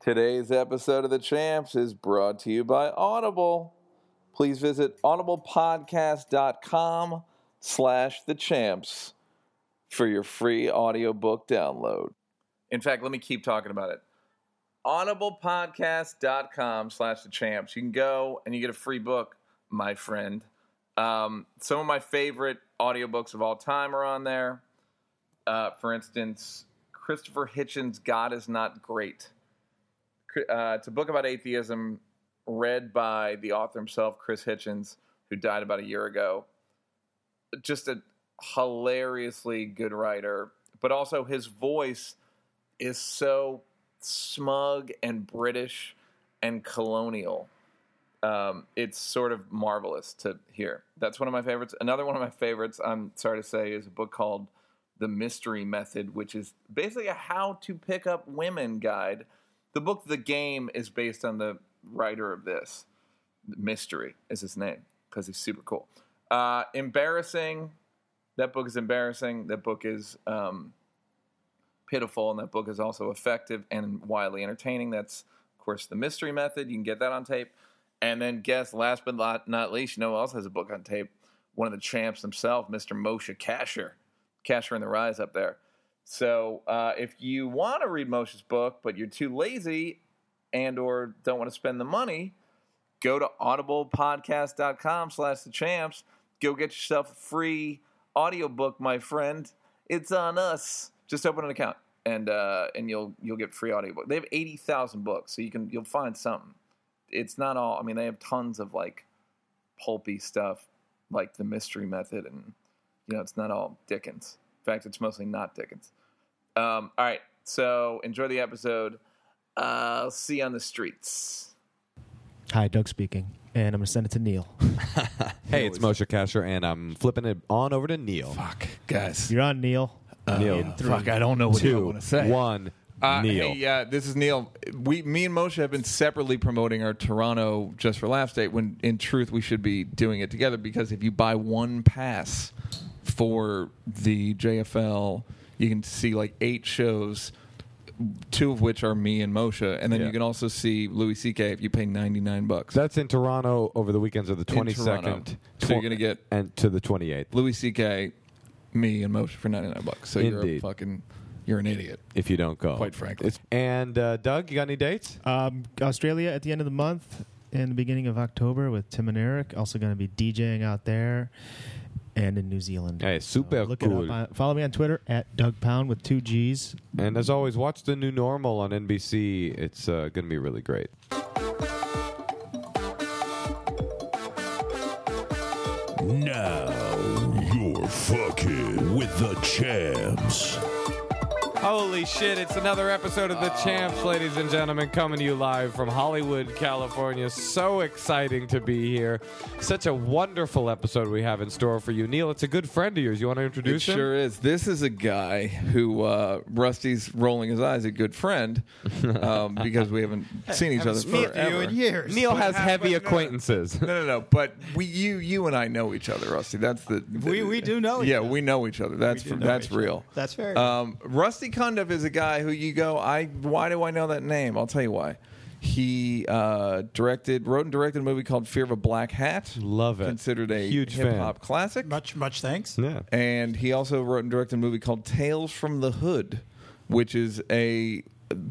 Today's episode of The Champs is brought to you by Audible. Please visit audiblepodcast.com slash the champs for your free audiobook download. In fact, let me keep talking about it. audiblepodcast.com slash the champs. You can go and you get a free book, my friend. Um, some of my favorite audiobooks of all time are on there. Uh, for instance, Christopher Hitchens' God is Not Great. Uh, it's a book about atheism read by the author himself, Chris Hitchens, who died about a year ago. Just a hilariously good writer, but also his voice is so smug and British and colonial. Um, it's sort of marvelous to hear. That's one of my favorites. Another one of my favorites, I'm sorry to say, is a book called The Mystery Method, which is basically a how to pick up women guide. The book The Game is based on the writer of this. Mystery is his name because he's super cool. Uh, embarrassing. That book is embarrassing. That book is um, pitiful, and that book is also effective and wildly entertaining. That's, of course, the mystery method. You can get that on tape. And then, guess last but not- not least, you know who else has a book on tape? One of the champs himself, Mr. Moshe Kasher. Kasher and the Rise up there. So, uh, if you want to read Moshe's book, but you're too lazy and or don't want to spend the money, go to audiblepodcast.com slash the champs. Go get yourself a free audiobook, my friend. It's on us. Just open an account and uh, and you'll you'll get free audiobook. They have eighty thousand books, so you can you'll find something. It's not all I mean, they have tons of like pulpy stuff, like the mystery method and you know, it's not all Dickens. In fact, it's mostly not Dickens. Um, all right, so enjoy the episode. Uh, see you on the streets. Hi, Doug speaking, and I'm gonna send it to Neil. Hey, it's Moshe Kasher, and I'm flipping it on over to Neil. Fuck, guys. You're on, Neil. Neil, Fuck, I don't know what I two, want to say. one, Uh, Neil. Hey, uh, this is Neil. We, me and Moshe have been separately promoting our Toronto Just for Laughs date when in truth we should be doing it together because if you buy one pass for the JFL, you can see like eight shows, two of which are me and Moshe, and then Yeah. you can also see Louis C.K. if you pay 99 bucks. That's in Toronto over the weekends of the In Toronto. 22nd. So you're gonna get- and to the 28th. Louis C.K., me and Moshe for 99 bucks. So you're a Indeed. fucking, you're an idiot. If you don't go, Quite frankly. It's- and uh, Doug, you got any dates? Uh, Um, Australia at the end of the month and the beginning of October with Tim and Eric. Also going to be DJing out there and in New Zealand. Hey, super look It cool. up. on- follow me on Twitter at Doug Pound with two G's. And as always, watch the new normal on NBC. It's uh, going to be really great. Now you're fucking with the champs. Holy shit, it's another episode of The Champs, ladies and gentlemen, coming to you live from Hollywood, California. So exciting to be here. Such a wonderful episode we have in store for you. Neil, it's a good friend of yours. You want to It introduce him? sure is. This is a guy who uh, Rusty's rolling his eyes at good friend um, because we haven't seen each other forever. years. Neil has heavy acquaintances. No, no, no. But we, you, you and I know each other, Rusty. That's the We- we do know each Yeah, other. we know each other. That's We do know that's each other. real. That's fair. Um, Rusty Cundiff is a guy who you go, I. Why do I know that name? I'll tell you why. He uh, directed, wrote, and directed a movie called Fear of a Black Hat. Love it. Considered a Huge fan. hip hop classic. much, much thanks. yeah. and he also wrote and directed a movie called Tales from the Hood, which is a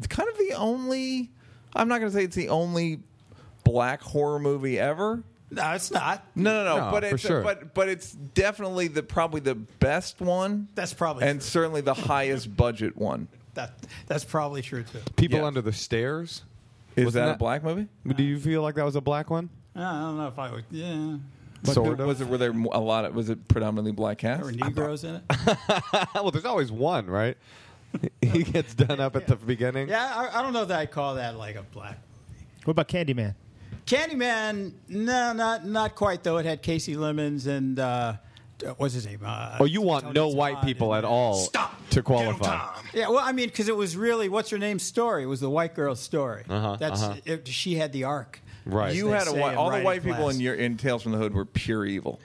kind of the only. I'm not going to say it's the only black horror movie ever. No, it's not. No, no, no. No, but for it's sure. but but it's definitely the probably the best one. That's probably and true. certainly the highest budget one. That that's probably true too. People Yes. Under the Stairs. Is Wasn't that, a that- black movie? Do you feel like that was a black one? I don't know if I would. Yeah, Sort of. Was it were there a lot of was it predominantly black there were cast? Negroes in it. well, there's always one, right? he gets done up at the beginning. Yeah, I, I don't know that I call that like a black. What about Candyman? Candyman, no, not not quite though. It had Casey Lemons and uh, what's his name? Uh, Oh, you want Tony no Todd white in people it. at all to qualify. Yeah, well, I mean, because it was really what's her name's story. It was the white girl's story. Uh-huh, That's uh-huh. it, she had the arc. Right. You They had a say white, in all the writing white people class. in your in Tales from the Hood were pure evil.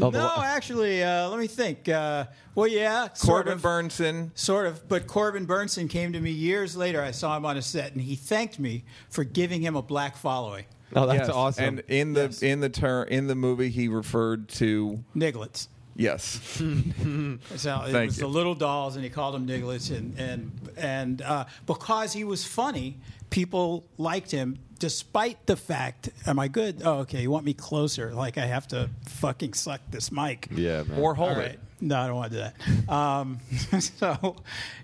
Oh, the- no, actually, uh, let me think. Uh, well, yeah, sort Corbin of, Burnson. sort of. But Corbin Burnson came to me years later. I saw him on a set, and he thanked me for giving him a black following. Oh, that's Yes. awesome. And in the Yes. in the ter- in the movie, he referred to Nigglets. yes, So it Thank was you. the little dolls, and he called them Nigglets, and and and uh, because he was funny, people liked him, despite the fact, "Am I good? Oh, okay. You want me closer? Like I have to fucking suck this mic? yeah, man. or hold All it. right. No, I don't want to do that. Um, so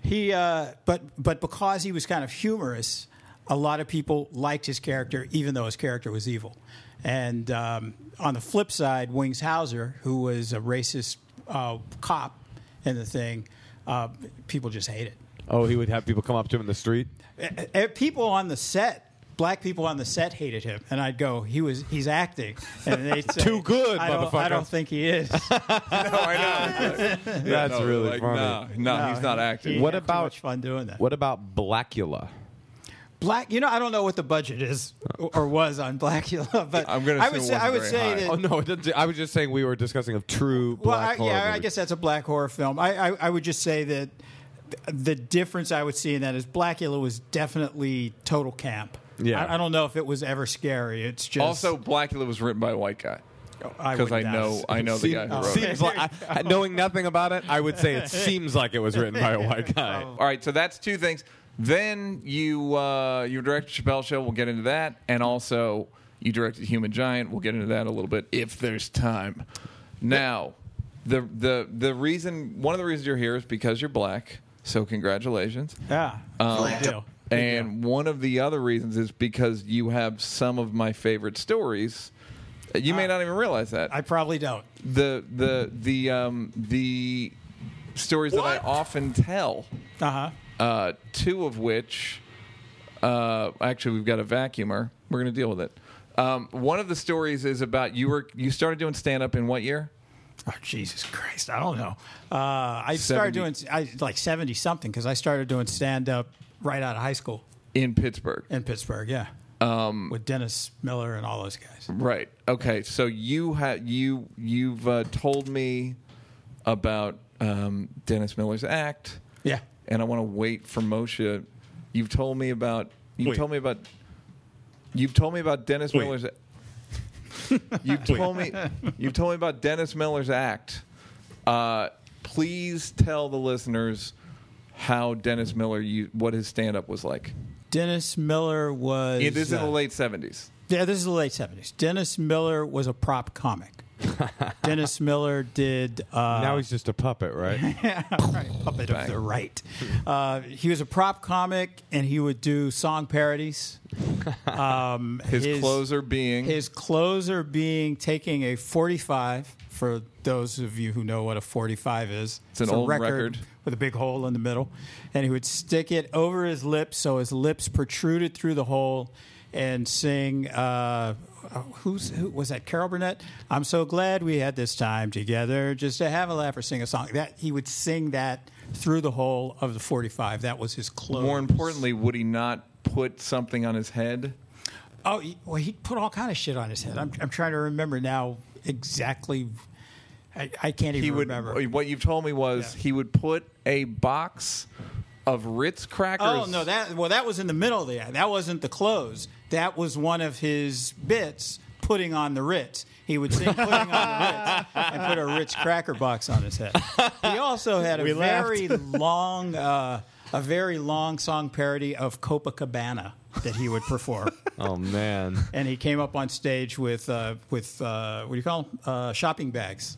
he, uh, but but because he was kind of humorous, a lot of people liked his character, even though his character was evil. And um, on the flip side, Wings Hauser, who was a racist uh, cop in the thing, uh, people just hate it. oh, he would have people come up to him in the street. Eh, eh, people on the set, black people on the set hated him, and I'd go, "He was, he's acting." And they Too good, I don't, I motherfucker." don't think he is. No, I know. That's That's really funny. No, no, he's not acting. He What had too about- much fun doing that? What about Blackula? Black, you know, I don't know what the budget is or was on Blackula, but Oh. I'm gonna I would assume it say I wasn't would very high. say that. Oh no, it doesn't- I was just saying we were discussing of true well, black I, horror. yeah, I movies. guess that's a black horror film. I, I I would just say that th- the difference I would see in that is Blackula was definitely total camp. Yeah. I, I don't know if it was ever scary. It's just Also, Blackula was written by a white guy Oh, I because I, would oh. doubt know it. I know the Seem- guy who wrote it. seems like, I, I- knowing nothing about it, I would say it seems like it was written by a white guy. All right, so that's two things. Then you uh, you directed Chappelle Show. We'll get into that, and also you directed Human Giant. We'll get into that a little bit if there's time. Now, the the the reason one of the reasons you're here is because you're black. So congratulations. Yeah, Big deal. Um, And one of the other reasons is because you have some of my favorite stories. You may not even realize that Ah. I probably don't. the the the um, the stories that I often tell. Uh huh. Uh, two of which, uh, actually, we've got a vacuumer. We're going to deal with it. Um, one of the stories is about you were you started doing stand up in what year? Oh, Jesus Christ! I don't know. Uh, I started 70. doing I like seventy something because I started doing stand up right out of high school. In Pittsburgh. In Pittsburgh, yeah. Um, With Dennis Miller and all those guys. Right. Okay. So you had you you've uh, told me about um, Dennis Miller's act, Yeah. and I want to wait for Moshe. You've told me about you Wait. told me about you've told me about Dennis Wait. Miller's. You've told me you've told me about Dennis Miller's act. Uh, please tell the listeners how Dennis Miller you what his stand up was like. Dennis Miller was. It is in uh, the late seventies. Yeah, this is the late 70s. Dennis Miller was a prop comic. Dennis Miller did. Uh, Now he's just a puppet, right? puppet of the right. Uh, he was a prop comic and he would do song parodies. Um, His, closer being His closer being taking a 45 for those of you who know what a 45 is. It's an a old record. with a big hole in the middle, and he would stick it over his lips so his lips protruded through the hole and sing uh Who's, who was that? Carol Burnett. I'm so glad we had this time together just to have a laugh or sing a song. That he would sing that through the hole of the 45. That was his close. More importantly, would he not put something on his head? Oh, he- well, he put all kind of shit on his head. I'm, I'm trying to remember now exactly. I, I can't even He oh, would. remember. What you told me was Yeah. he would put a box of Ritz crackers. Oh no, that well, that was in the middle there. That wasn't the close. That was one of his bits, putting on the Ritz. He would sing "Putting on the Ritz" and put a Ritz cracker box on his head. He also had a We laughed. very long, uh, a very long song parody of Copacabana that he would perform. oh man, and he came up on stage with uh, with uh, what do you call 'em? Uh, shopping bags,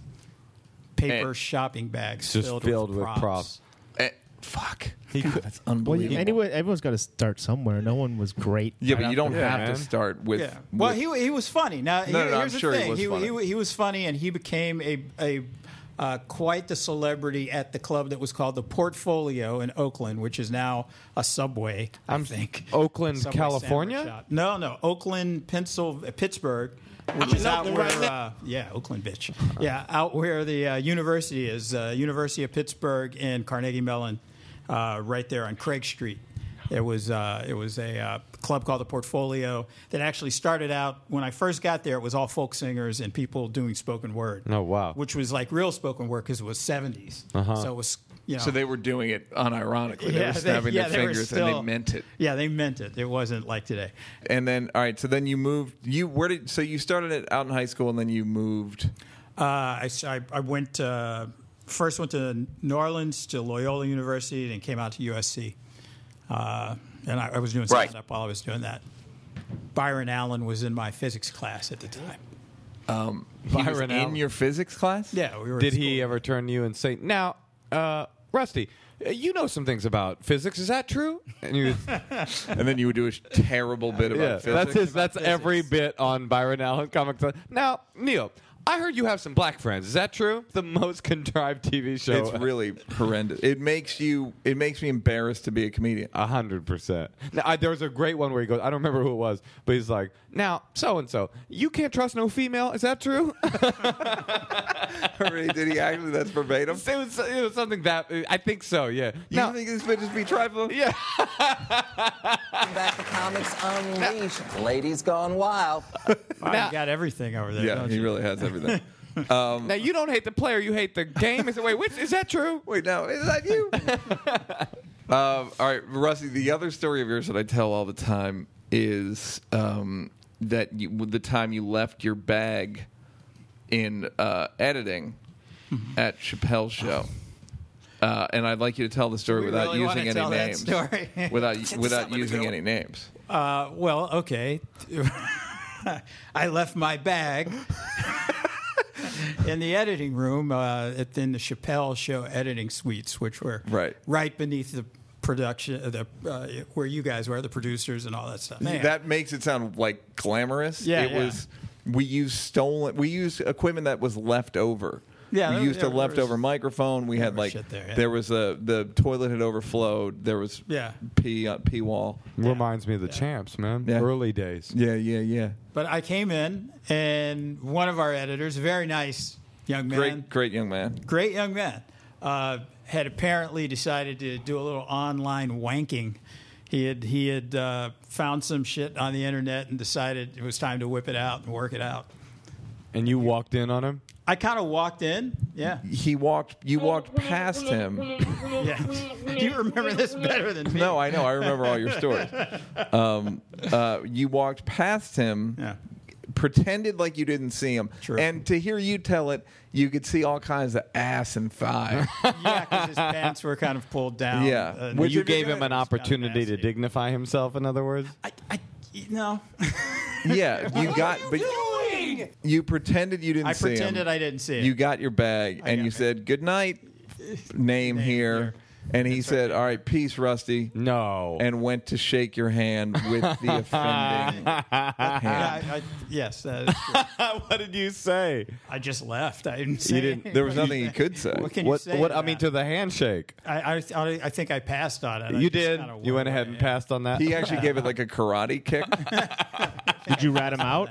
paper Eh. shopping bags just filled, filled with, with props. props. Eh, fuck. could- that's Well, unbelievable. you, anyone, everyone's got to start somewhere. No one was great. yeah, right but you out don't the- Yeah, have man. to start with. Yeah. Well, with- he he was funny. Now, No, no, here- no, I'm here's the sure he thing. was he, funny. he was funny, and he became a a. Uh, quite the celebrity at the club that was called the Portfolio in Oakland, which is now a Subway. I I'm- think Oakland, Subway sandwich California? shop. No, no, Oakland, Pennsylvania, Pittsburgh, which is out where uh, yeah, Oakland, bitch, yeah, out where the uh, university is, uh, University of Pittsburgh in Carnegie Mellon, uh, right there on Craig Street. It was uh, it was a uh, club called the Portfolio that actually started out when I first got there. It was all folk singers and people doing spoken word. Oh, wow. Uh-huh. Which was like real spoken word because it was 70s. So it was you know. So they were doing it unironically. they yeah, were snapping yeah, their were fingers and they still- meant it. Yeah, they meant it. It wasn't like today. And then, all right. So then you moved. You where did? So you started it out in high school, and then you moved. Uh, I, I, I went uh, first went to New Orleans to Loyola University and came out to USC. Uh, and I, I was doing Right. stand up while I was doing that. Byron Allen was in my physics class at the time. He was Byron in Allen. your physics class. Yeah, we were. in Did he school. ever turn to you and say, "Now, uh, Rusty, uh, you know some things about physics? Is that true?" And you, yeah, And then you would do a terrible bit about physics. that's his. That's every bit on Byron Allen comic. Con- Now, Neil, I heard you have some black friends. Is that true? The most contrived TV show. uh, It's really horrendous. It makes you. It makes me embarrassed to be a comedian. A hundred percent. Now, I, there was a great one where he goes, I don't remember who it was, but he's like, "Now, so and so, you can't trust no female. Is that true?" Really, Did he actually? That's verbatim. it, was, it was something that I think so. Yeah. You Now- think this bitch is be trifling? yeah. Back to Comics Unleashed. Ladies Gone Wild. Byron got everything over there. Yeah, don't he you? really has everything. Now you don't hate the player, you hate the game. Is it, wait, which, is that true? Wait, now is that you? um, all right, Rusty. The other story of yours that I tell all the time is um, that you, with the time you left your bag in uh, editing at Chappelle's show. Uh, and I'd like you to tell the story We without really wanna using any tell that names. story. without without using any names. Uh, well, okay. I left my bag in the editing room uh, at- in the Chappelle Show editing suites, which were Right. beneath the production, uh, the uh, where you guys were, the producers and all that stuff. Man. That makes it sound like glamorous. Yeah, it yeah. was. We used stolen. We used equipment that was left over. Yeah, there- we used there a was- leftover microphone. We had was like shit there, yeah. was a the toilet had overflowed. There was Yeah. pee on pee wall. Reminds me of the champs, man. Yeah. Early days. Yeah, yeah, yeah. But I came in, and one of our editors, a very nice young man, Great, great young man. great young man, uh, had apparently decided to do a little online wanking. He had he had uh, found some shit on the internet and decided it was time to whip it out and work it out. And you walked in on him. I kind of walked in, yeah, He walked. You walked past him. yeah. you remember this better than me? No, I know. I remember all your stories. Um, uh, you walked past him. Yeah. Pretended like you didn't see him, True. and to hear you tell it, you could see all kinds of ass and thigh. yeah, because his pants were kind of pulled down. Uh, Yeah. and Would he you was gave kind him an of opportunity to nasty. dignify himself. In other words, I, I, you know, Yeah, you got, but you pretended you didn't I see him. pretended I didn't see it. You got your bag and got you it. said good night. Name, here. here. and he said, "All right, peace, Rusty," no. and went to shake your hand with the offending hand. Yeah, I, I, yes, that is true. what did you say? I just left. I didn't. Say You didn't- anything. There was nothing he could say. What can you What? say? What? to I mean, that? to the handshake. I, I, I think I passed on it. I you just did. kinda You went ahead and away. passed on that. He actually gave it like a karate kick. Did you rat him out?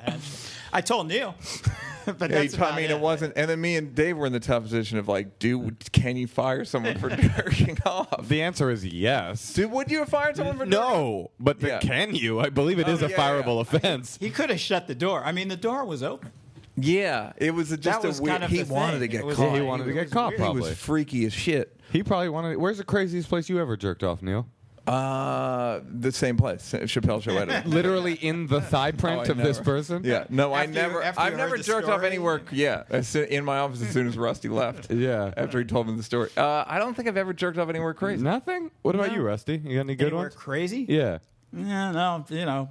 I told Neil, Yeah, but he that's taught- I about mean, it. it. wasn't. And then me and Dave were in the tough position of like, dude, can you fire someone for jerking off? the answer is yes. Dude, would you have fired someone for jerking off? No, but the Yeah. can you? I believe it is Oh, a yeah, fireable yeah. offense. He could have shut the door. I mean, the door was open. Yeah, it was a, just That was a weird. kind of he the wanted thing. to get It was- caught. Yeah, he wanted to It get was caught, weird. He probably. was freaky as shit. He probably wanted. Where's the craziest place you ever jerked off, Neil? Uh, the same place, Chappelle Show editing. Literally in the thigh Oh, print I of this never- person. Yeah, no, I After you- never. after you I've heard never the jerked off story? anywhere. Yeah, as soon- in my office as soon as Rusty left. Yeah. after he told me the story. Uh, I don't think I've ever jerked off anywhere crazy. Nothing. What about you, Rusty? You got any good Anywhere ones? crazy? Yeah. Yeah, no, you know,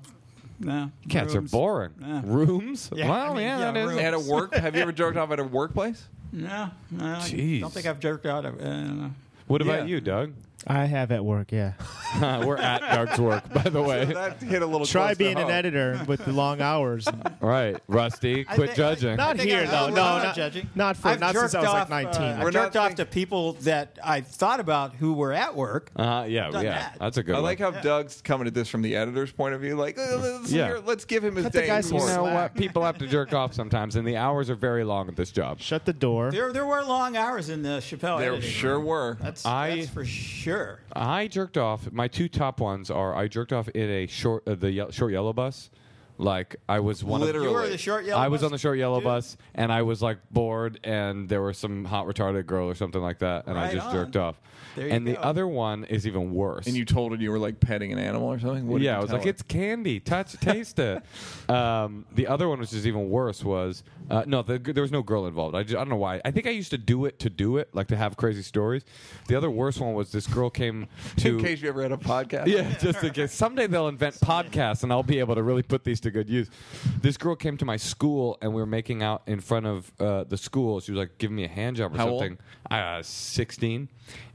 no. Cats are Rooms. boring. Yeah. Rooms? Yeah, well, I mean, yeah, yeah, that is. rooms. At a work, have you ever jerked off at a workplace? No, no. I Jeez. Don't think I've jerked out. Of, uh, no. What about Yeah. you, Doug? I have at work, yeah. We're at Doug's work, by the way. That hit a little. Try close to being an home. editor with the long hours. right, Rusty, quit thi- judging. Not think here, I- though. I'm No, not not, judging. not for I've not since I was like jerked off, 19. uh, We're I jerked not off think- to people that I thought about who were at work. uh, yeah, yeah, Done that. that's a good I one. like how Doug's coming at this from the editor's point of view. Like, uh, let's, Yeah. hear- let's give him his Cut the day guy in some you court. know what? Slack. People have to jerk off sometimes, and the hours are very long at this job. Shut the door. There, there were long hours in the Chappelle. There editing sure room. were. That's, I- that's for sure. I jerked off. My two top ones are I jerked off in a short uh, the ye- short yellow bus. Like I was one Literally. of You were the short yellow. I was bus? on the short yellow Dude. bus and I was like bored and there was some hot retarded girl or something like that and I Right just on. jerked off. There you and go. the other one is even worse. And you told her you were like petting an animal or something. What did yeah, you I was tell like, her? it's candy. Touch, taste it. Um, the other one, which is even worse, was uh, no, the, there was no girl involved. I, ju- I don't know why. I think I used to do it to do it, like to have crazy stories. The other worse one was this girl came to. in case you ever had a podcast. Yeah, just in case. Someday they'll invent podcasts and I'll be able to really put these to good use. This girl came to my school and we were making out in front of uh, the school. She was like giving me a hand job or How old? something. I was 16.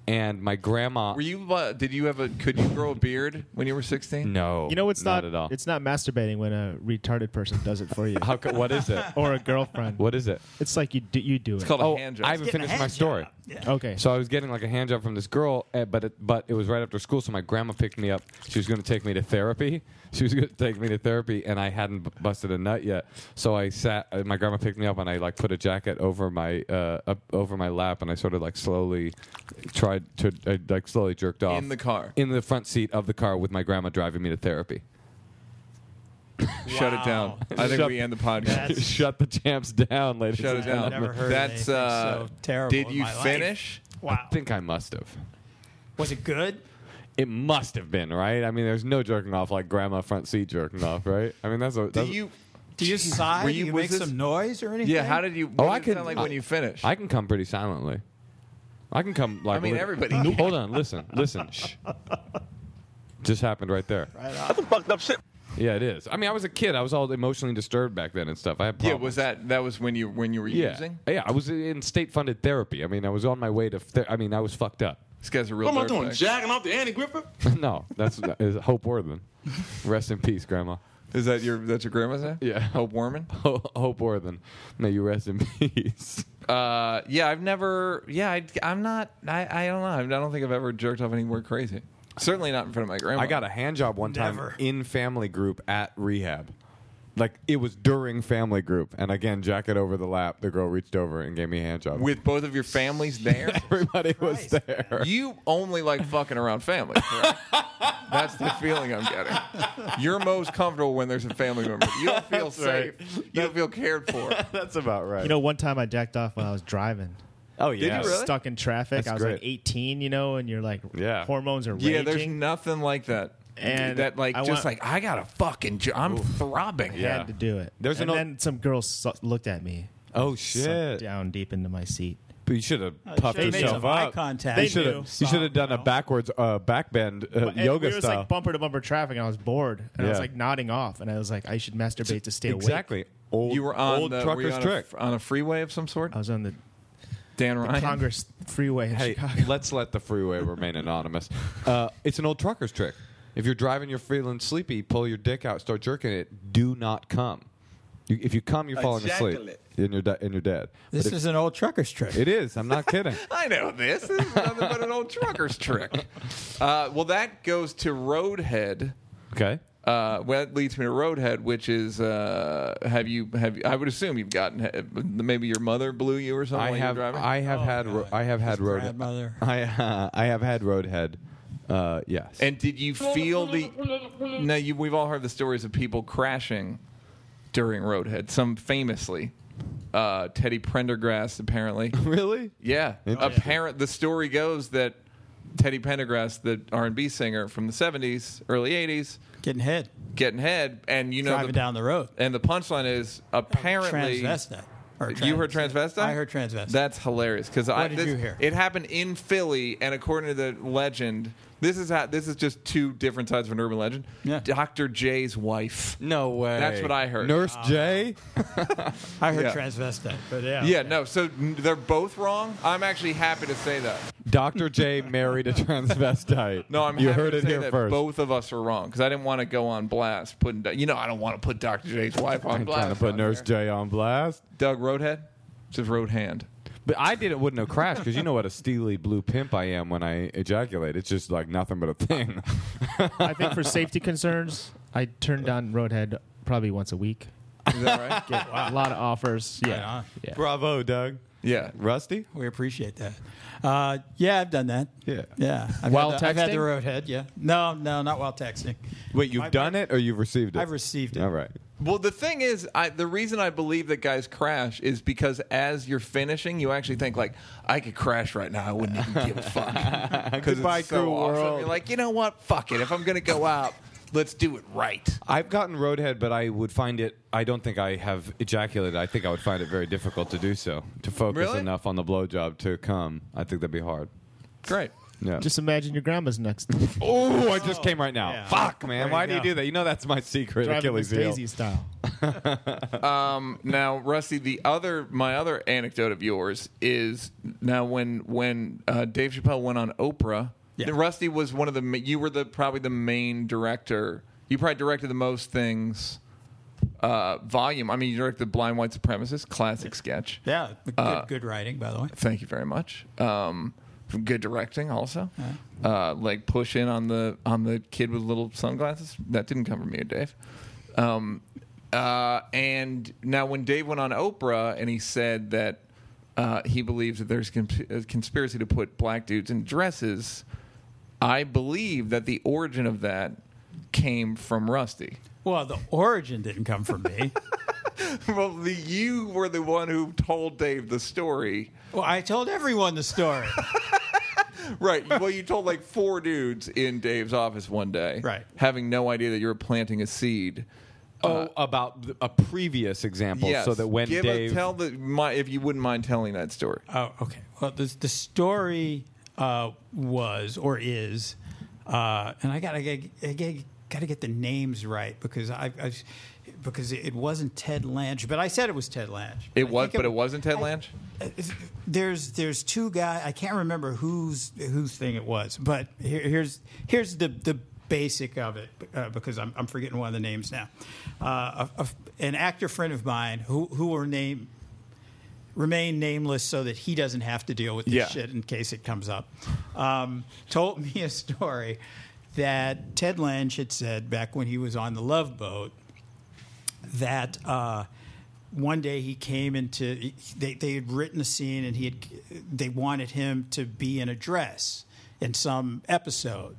And my grandma. Were you? Uh, did you have a? Could you grow a beard when you were sixteen? no. You know, it's not, at all. It's not masturbating when a retarded person does it for you How, co- what is it? or a girlfriend. What is it? It's like you do, you do it. It's called Oh, a hand job. I haven't Getting a finished my hand story. job. Yeah. Oh, okay. So I was getting like a hand job from this girl, eh, but it, but it was right after school. So my grandma picked me up. She was going to take me to therapy. She was going to take me to therapy, and I hadn't b- busted a nut yet. So I sat. uh, My grandma picked me up, and I like put a jacket over my uh, up over my lap, and I sort of like slowly tried to I, like slowly jerked off In the car. in the front seat of the car with my grandma driving me to therapy. Shut it down. I think Shut- we end the podcast. That's- Shut the champs down, ladies. Shut and it down. gentlemen. never heard of That's anything uh, so terrible Did in you my life. finish? Wow. I think I must have. Was it good? It must have been right. I mean, there's no jerking off like grandma front seat jerking off, right? I mean, that's a. Do That's you? Do you sigh? Were Do you- you was make this- some noise or anything? Yeah. How did you? Oh, what I did it can- sound like when I- you finish. I can come pretty silently. I can come like. I mean, lit- everybody Nope. can. Hold on, listen, listen. Shh. Just happened right there. Yeah, it is. I mean, I was a kid. I was all emotionally disturbed back then and stuff. I had yeah. problems. Was that? That was when you when you were yeah. using. Yeah, I was in state-funded therapy. I mean, I was on my way to. Ther- I mean, I was fucked up. This guy's a real. What am I dirtbag. doing? Jacking off the Annie Griffith? no, that's is Hope Worthman. Rest in peace, Grandma. Is that your? That's your grandma's name? Yeah. Hope Warman. Ho- Hope Worthman. May you rest in peace. Uh, yeah, I've never. Yeah, I, I'm not. I, I don't know. I don't think I've ever jerked off anywhere crazy. Certainly not in front of my grandma. I got a hand job one time Never. in family group at rehab. Like it was during family group, and again, jacket over the lap. The girl reached over and gave me a hand job. with both of your families there. everybody was there. You only like fucking around family. Correct? That's the feeling I'm getting. You're most comfortable when there's a family member. You don't feel safe. You don't feel cared for. That's about right. you know, one time I jacked off when I was driving. oh yeah, you really? Stuck in traffic. That's I was like great. 18, you know, and you're like, Yeah. hormones are raging. Yeah, there's nothing like that. And that like I just want- like I gotta fucking. Jer- I'm throbbing. Yeah. had to do it. There's and an old- then some girl su- looked at me. Oh sucked shit! down deep into my seat. But you should have puffed should've made yourself some eye up. contact. You They should have. knew. You should have done a Somehow. backwards uh, backbend uh, And yoga we was style. like bumper to bumper traffic, and I was bored, and I was Yeah. like nodding off, and I was like, I should masturbate to stay awake. exactly. Old, You were on old the, were you trucker's on trick. Uh, A, on a freeway of some sort. I was on the Dan Ryan. Congress freeway in Hey, Chicago. let's let the freeway remain anonymous. Uh, it's an old trucker's trick. If you're driving, you're feeling sleepy, pull your dick out, start jerking it. Do not come. You, if you come, you're falling asleep, Ejaculate. and you're, de- and you're dead. This But if- is an old trucker's trick. it is. I'm not kidding. I know this. This is nothing but an old trucker's trick. Uh, well, that goes to Roadhead. Okay. Uh, well, that leads me to Roadhead, which is uh, have you have you, I would assume you've gotten uh, maybe your mother blew you or something. I while you have. were driving? Oh, I have had. Ro- I have had road. grandmother. I uh, I have had roadhead. Uh, yes. And did you feel the? No, you, we've all heard the stories of people crashing during Roadhead. Some famously, uh, Teddy Prendergast apparently. really? Yeah, Interesting. apparent. The story goes that Teddy Pendergrass, the R and B singer from the '70s, early '80s, Getting head. getting head, and you know, Driving down the road. and the punchline is apparently Transvestite. Or You heard transvestite? I heard transvestite. That's hilarious because I did this- you hear? It happened in Philly, and according to the legend, this is how this is just two different sides of an urban legend. Yeah. Dr. J's wife. No way. That's what I heard. Nurse J. I heard yeah. transvestite. But yeah. Yeah, no. So n- they're both wrong. I'm actually happy to say that. Doctor J married a transvestite. No, I'm. You happy heard to it say here that first. Both of us are wrong because I didn't want to go on blast putting. You know, I don't want to put Dr. J's wife on I'm blast. trying to put on Nurse there. J on blast. Doug Roadhead, just Roadhand. But I did it wouldn't have crashed because you know what a steely blue pimp I am when I ejaculate. It's just like nothing but a thing. I think for safety concerns, I turned on Roadhead probably once a week. Is that right? Get a lot of offers. Yeah. on. yeah. Bravo, Doug. Yeah. Rusty? We appreciate that. Uh, yeah, I've done that. Yeah. Yeah. I've While had the, I've had the texting? roadhead, yeah. No, no, not while texting. Wait, you've done it or you've received it? I've received it. All right. Well, the thing is, I, the reason I believe that guys crash is because as you're finishing, you actually think like, "I could crash right now. I wouldn't even give a fuck." Because Goodbye, it's so crew awesome. world. You're like, you know what? Fuck it. If I'm gonna go out, let's do it right. I've gotten roadhead, but I would find it. I don't think I have ejaculated. I think I would find it very difficult to do so. To focus Really? enough on the blowjob to come, I think that'd be hard. Great. Yeah. Just imagine your grandma's next. oh, I just came right now. Yeah. Fuck, man. There Why you do you go. do that? You know that's my secret Driving Miss Achilles heel. Daisy style. Now, Rusty, the other my other anecdote of yours is now when when uh, Dave Chappelle went on Oprah, Yeah. Rusty was one of the ma- you were the probably the main director. You probably directed the most things. Uh, volume. I mean, you directed Blind White Supremacist, classic sketch. Yeah. Good, Uh. good writing, by the way. Thank you very much. Um, good directing, also. Uh, like push in on the on the kid with little sunglasses. That didn't come from you, Dave. Um, uh, and now, when Dave went on Oprah and he said that uh, he believes that there's cons- a conspiracy to put black dudes in dresses, I believe that the origin of that came from Rusty. Well, the origin didn't come from me. well, the, you were the one who told Dave the story. well, I told everyone the story. Right. Well, you told like four dudes in Dave's office one day, Right. Having no idea that you were planting a seed. Oh, about th- a previous example, Uh, Yes. so that when Give a- Dave tell the my, if you wouldn't mind telling that story. Oh, okay. Well, the, the story uh, was or is, uh, and I got to got to get the names right because I, I because it wasn't Ted Lange, but I said it was Ted Lange. It I was, think but it wasn't Ted Lange. There's there's two guys. I can't remember whose whose thing it was, but here, here's here's the the basic of it uh, because I'm, I'm forgetting one of the names now. Uh, a- a f- an actor friend of mine who who were named remain nameless so that he doesn't have to deal with this Yeah. shit in case it comes up, um, told me a story that Ted Lange had said back when he was on the Love Boat that uh, one day he came into they, they had written a scene and he had they wanted him to be in a dress in some episode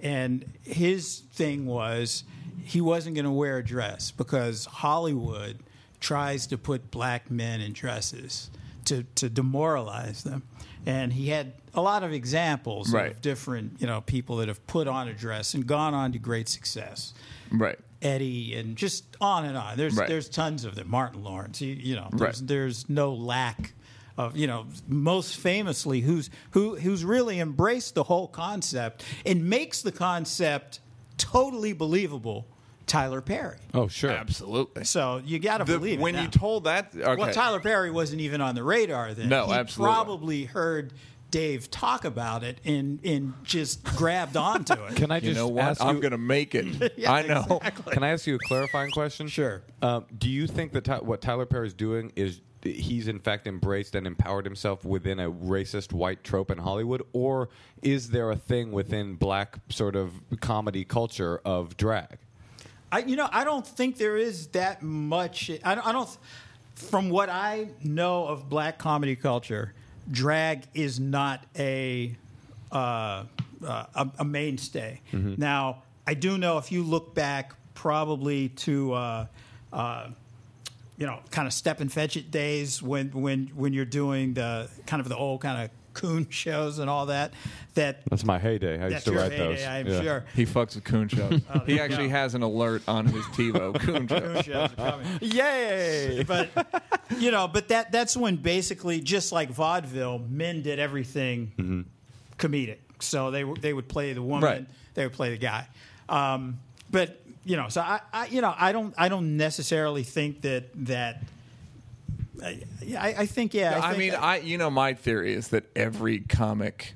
and his thing was he wasn't going to wear a dress because hollywood tries to put black men in dresses to, to demoralize them and he had a lot of examples Right. of different you know people that have put on a dress and gone on to great success Right. Eddie and just on and on. There's Right. there's tons of them. Martin Lawrence, you, you know, there's, Right. there's no lack of you know. Most famously, who's who who's really embraced the whole concept and makes the concept totally believable. Tyler Perry. oh sure, Absolutely. So you got to The- believe it when now. you told that, okay. Well, Tyler Perry wasn't even on the radar then. No, he absolutely. Probably heard Dave talk about it and and just grabbed onto it. Can I you just know what? ask I'm you? gonna make it. Yeah, I know. Can I ask you a clarifying question? Sure. Um, do you think that Ty- what Tyler Perry is doing is he's in fact embraced and empowered himself within a racist white trope in Hollywood, or is there a thing within black sort of comedy culture of drag? I, you know, I don't think there is that much. I, don't- I don't. From what I know of black comedy culture, drag is not a uh, uh, a, a mainstay. Mm-hmm. Now, I do know if you look back, probably to. Uh, uh, you know, kind of step and fetch it days when when when you're doing the kind of the old kind of coon shows and all that. That That's my heyday. I used that's to your write heyday, those. I'm Yeah. sure. He fucks with coon shows. Oh, he actually has an alert on his TiVo coon shows. Coon shows are coming. Yay! but you know, but that that's when basically just like vaudeville, men did everything comedic. So they w- they would play the woman, Right. they would play the guy. Um, but you know, so I, I you know I don't I don't necessarily think that that. I, I I think yeah. I, think mean, that- I you know my theory is that every comic,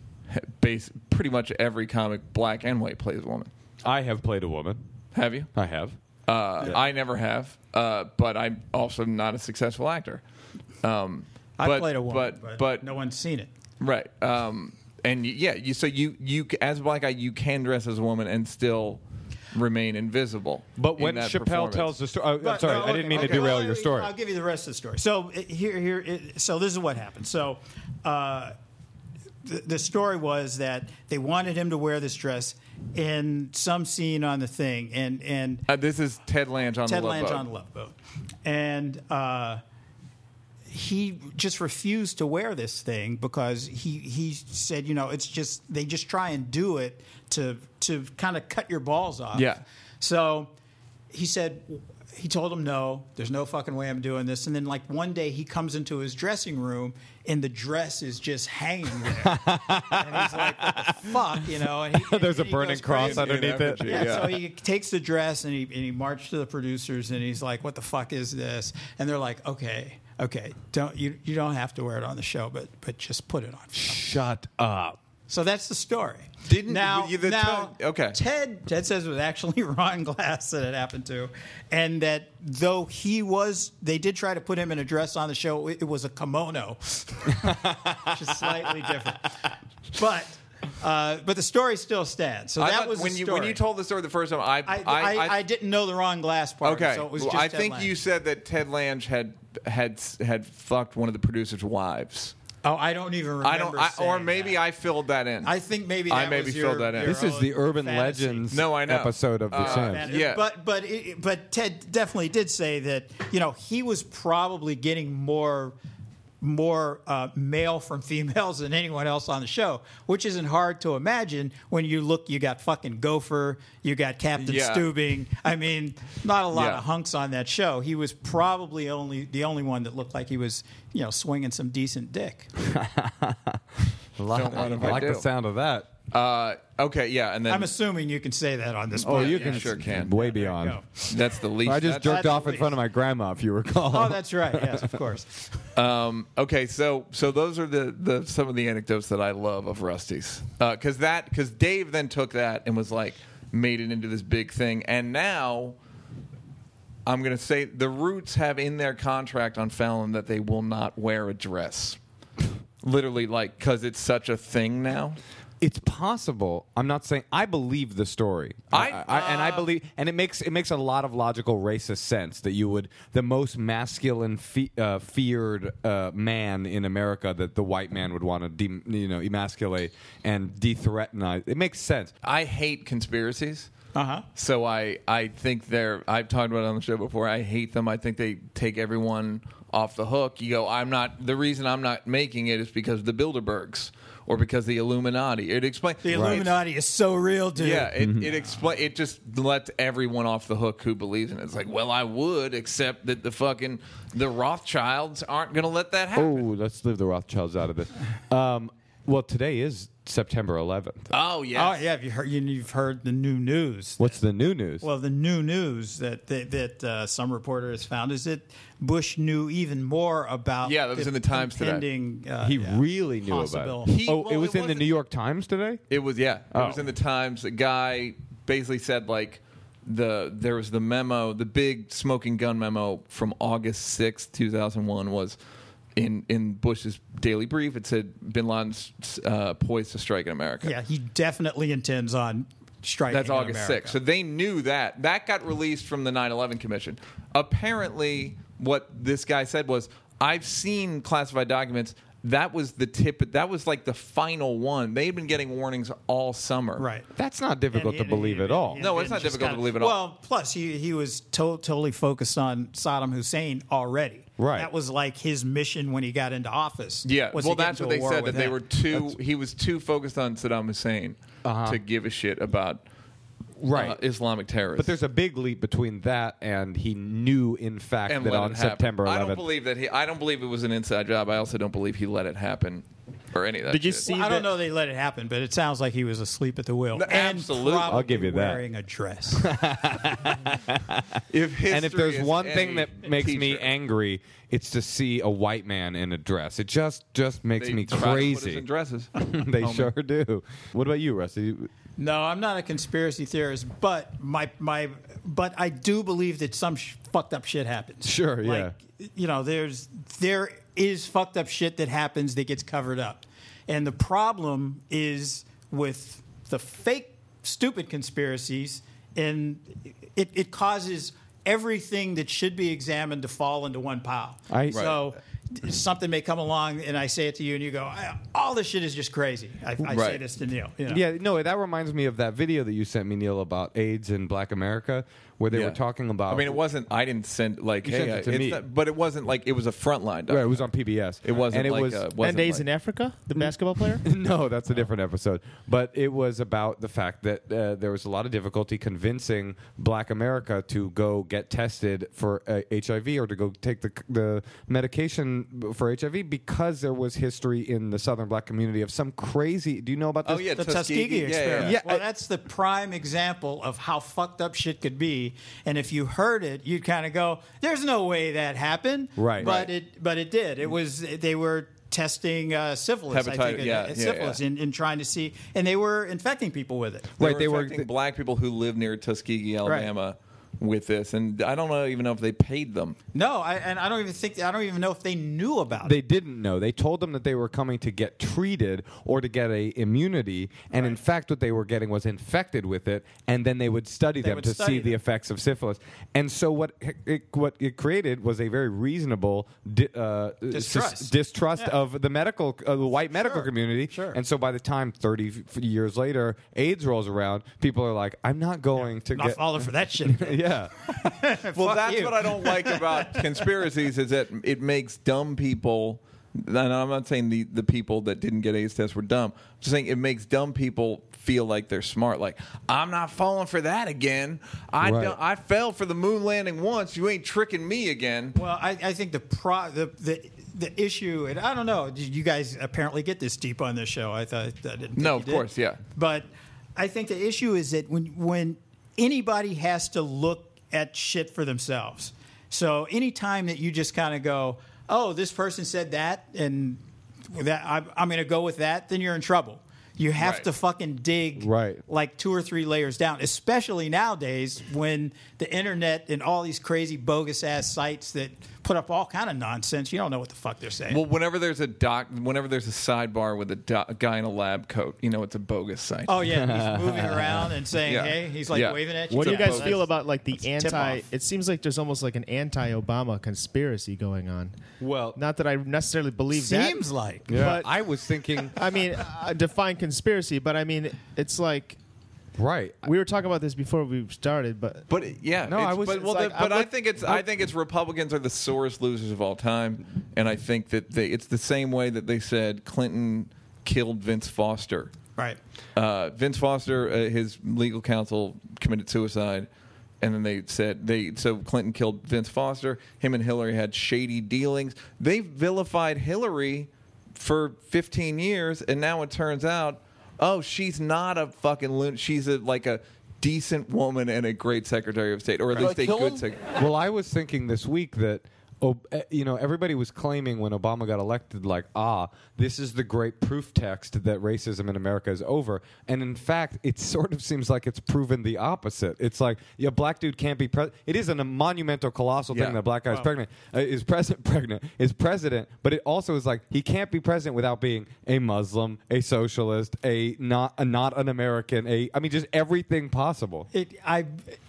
base pretty much every comic, black and white, plays a woman. I have played a woman. Have you? I have. Uh, I never have, uh, but I'm also not a successful actor. Um, I but- played a woman, but but, but no one's seen it. right. Um, and y- yeah, you so you you c- as a black guy you can dress as a woman and still remain invisible. But in when that Chappelle performance. tells the story, oh, I'm But- sorry, no, I didn't mean okay. to derail Well, your story. I'll give you the rest of the story. So it- here, here. It, so this is what happened. So uh, the, the story was that they wanted him to wear this dress in some scene on the thing, and and Uh, this is Ted Lange on Ted the Love Lange Boat. on the Love Boat, and uh, he just refused to wear this thing because he he said, you know, it's just they just try and do it to to kind of cut your balls off. Yeah. So he said. He told him no. There's no fucking way I'm doing this. And then, like one day, he comes into his dressing room, and the dress is just hanging there. and he's like, "What the "Fuck," you know. And he- There's a and he burning goes cross crazy. underneath it. effigy, Yeah, Yeah. so he takes the dress and he, and he marched to the producers and he's like, "What the fuck is this?" And they're like, "Okay, okay, don't you you don't have to wear it on the show, but but just put it on." Shut up. So that's the story. Didn't- now you- the now Ted- okay. Ted Ted says it was actually Ron Glass that it happened to, and that though he was they did try to put him in a dress on the show, it, it was a kimono, which is slightly different, but. Uh, but the story still stands. So I that thought was the when you when story. you told the story the first time. I I, I, I, didn't know the Ron Glass part. okay. So it was Well, just I Ted think Lange. you said that Ted Lange had had had fucked one of the producers' wives. Oh, I don't even remember. I don't. I, or saying maybe that. I filled that in. I think maybe that I maybe was filled your- that in. your This is own the urban fantasy. legends No, I know. episode of the Uh, Champs. And- Yeah. But but it, but Ted definitely did say that you know he was probably getting more more uh, male from females than anyone else on the show, which isn't hard to imagine when you look. You got fucking Gopher, you got Captain Yeah. Steubing. I mean, not a lot Yeah. of hunks on that show. He was probably only the only one that looked like he was you know swinging some decent dick. Don't mind if I I like the do. sound of that. uh, okay. Yeah. And then I'm assuming you can say that on this. Oh, you podcast. can sure can. Way beyond. go. That's the least. I just that's- jerked off in front of my grandma, if you recall. Oh, that's right. Yes, of course. Um, okay, so so those are the, the some of the anecdotes that I love of Rusty's because that because Dave then took that and was like made it into this big thing, and now I'm gonna say the Roots have in their contract on Fallon that they will not wear a dress, literally like because it's such a thing now. it's possible. I'm not saying I believe the story. I- and I believe, and it makes it makes a lot of logical racist sense that you would the most masculine fe- uh, feared uh, man in America that the white man would want to de- you know emasculate and de-threatenize. It makes sense. I hate conspiracies. Uh-huh. So I I think they're I've talked about it on the show before. I hate them. I think they take everyone off the hook. You go, I'm not the reason I'm not making it is because of the Bilderbergs or because the Illuminati. It explains The Illuminati is so real, dude. Yeah, it it expla- it just lets everyone off the hook who believes in it. It's like, well, I would, except that the fucking the Rothschilds aren't going to let that happen. Oh, let's leave the Rothschilds out of this. Um, well, today is September 11th. Oh, Oh yes. yeah, have you heard? You, you've heard the new news. What's the new news? Well, the new news that that, that uh, some reporter has found is that Bush knew even more about. Yeah, that was in the Times today. impending, Uh, he yeah, really knew possible- about it. He- oh, well, it it was in the wasn't- New York Times today. It was yeah. Oh. It was in the Times. A guy basically said like the there was the memo, the big smoking gun memo from August sixth, two thousand one was in in Bush's daily brief. It said Bin Laden's uh, poised to strike in America. Yeah, he definitely intends on striking. That's in August America. 6th. So they knew that. That got released from the 9 11 Commission. Apparently, what this guy said was I've seen classified documents. That was the tip. That was like the final one. They had been getting warnings all summer. Right. That's not difficult And to he- believe and at he- all. and No, he it's not didn't just difficult to kinda- believe at all. Well, plus he he was to- totally focused on Saddam Hussein already. Right. that was like his mission when he got into office. Yeah, was to well, get that's into what a they war said that with they him. were too. he was too focused on Saddam Hussein to give a shit about Uh-huh. Right. uh, Islamic terrorists. But there's a big leap between that and he knew, in fact, and that let on it happen. September 11th. I don't believe that he. I don't believe it was an inside job. I also don't believe he let it happen or any of that. Did you shit. see? I don't that- know they let it happen, but it sounds like he was asleep at the wheel. No, and absolutely. probably I'll give you that. Wearing a dress. If history and if there's is one any thing that makes me teacher, angry, it's to see a white man in a dress. It just just makes they me try to put us crazy. in dresses. they sure do. What about you, Rusty? no, I'm not a conspiracy theorist, but my my but I do believe that some sh- fucked up shit happens. Sure, Like, You know, there's there is fucked up shit that happens that gets covered up, and the problem is with the fake stupid conspiracies and it, it causes everything that should be examined to fall into one pile. I- Right. so something may come along, and I say it to you, and you go, "I- "All this shit is just crazy." I, I say Right. this to Neil. you know. Yeah, no, that reminds me of that video that you sent me, Neil, about AIDS in Black America, where they Yeah. were talking about. I mean, it wasn't. I didn't send like. You hey, sent it to it's me. not- but it wasn't like it was a frontline. Right, it was on PBS. It wasn't. and it like was. a- And wasn't days like- in Africa, the basketball player. no, that's a different episode. But it was about the fact that uh, there was a lot of difficulty convincing Black America to go get tested for uh, HIV or to go take the the medication for HIV because there was history in the Southern Black community of some crazy. Do you know about this? Oh yeah, the Tuskegee, Yeah, yeah, experiment. yeah. Yeah, well, I- that's the prime example of how fucked up shit could be. And if you heard it, you'd kind of go, "There's no way that happened." Right. But Right. it, but it did. It was they were testing uh, syphilis. I think, Hepatitis, yeah, yeah, syphilis, yeah. In, in trying to see, and they were infecting people with it. They right. They were. affecting black people who live near Tuskegee, Alabama, with this, and I don't know even know if they paid them. No, I, and I don't even think I don't even know if they knew about it. They didn't know. They told them that they were coming to get treated or to get a immunity, and in fact, what they were getting was infected with it, and then they would study They them would to study see the them. effects of syphilis. And so, what it, what it created was a very reasonable di- uh, Distrust. distrust Yeah. of the medical, uh, the white medical Sure. community. Sure. And so, by the time thirty f- years later, AIDS rolls around, people are like, "I'm not going to Not get." falling for that shit. yeah, Well, Fuck that's you. what I don't like about conspiracies is that it makes dumb people. And I'm not saying the, the people that didn't get AIDS tests were dumb. I'm just saying it makes dumb people feel like they're smart. Like I'm not falling for that again. I Right. don't, I fell for the moon landing once. You ain't tricking me again. Well, I, I think the pro the, the the issue, and I don't know. You guys apparently get this deep on this show. I thought I didn't. think No, you of did. course, yeah. But I think the issue is that when when anybody has to look at shit for themselves. So anytime that you just kind of go, oh, this person said that, and that I'm, I'm going to go with that, then you're in trouble. You have Right. to fucking dig Right. like two or three layers down, especially nowadays when the internet and all these crazy bogus ass sites that put up all kind of nonsense. You don't know what the fuck they're saying. Well, whenever there's a doc, whenever there's a sidebar with a, doc, a guy in a lab coat, you know it's a bogus site. oh yeah, he's moving around and saying, Yeah. "Hey," he's like "Oh, Yeah. waving at you. What do you Yeah. guys feel about like the That's a tip anti? off. It seems like there's almost like an anti-Obama conspiracy going on. Well- not that I necessarily believe that. Seems like yeah. But- I was thinking, I mean, uh, define conspiracy, but I mean, it's like right? we were talking about this before we started, but But it- yeah, No, it's- I was- But, it's well, like, the- but I I would- think it's I think it's Republicans are the sorest losers of all time, and I think that they, it's the same way that they said Clinton killed Vince Foster. right. Uh, Vince Foster, uh, his legal counsel committed suicide, and then they said they so Clinton killed Vince Foster. Him and Hillary had shady dealings. They vilified Hillary for 15 years, and now it turns out, oh, she's not a fucking loon. She's a like a decent woman and a great Secretary of State, or at least a kill good him? Secretary. well, I was thinking this week that. Ob- eh, you know, everybody was claiming when Obama got elected, like, ah, this is the great proof text that racism in America is over. And in fact, it sort of seems like it's proven the opposite. It's like, yeah, black dude can't be president. It is an- a monumental, colossal Yeah. thing that black guy's pregnant, uh, is president, pregnant, is president. But it also is like, he can't be president without being a Muslim, a socialist, a not, a not an American, a, I mean, just everything possible. It, I,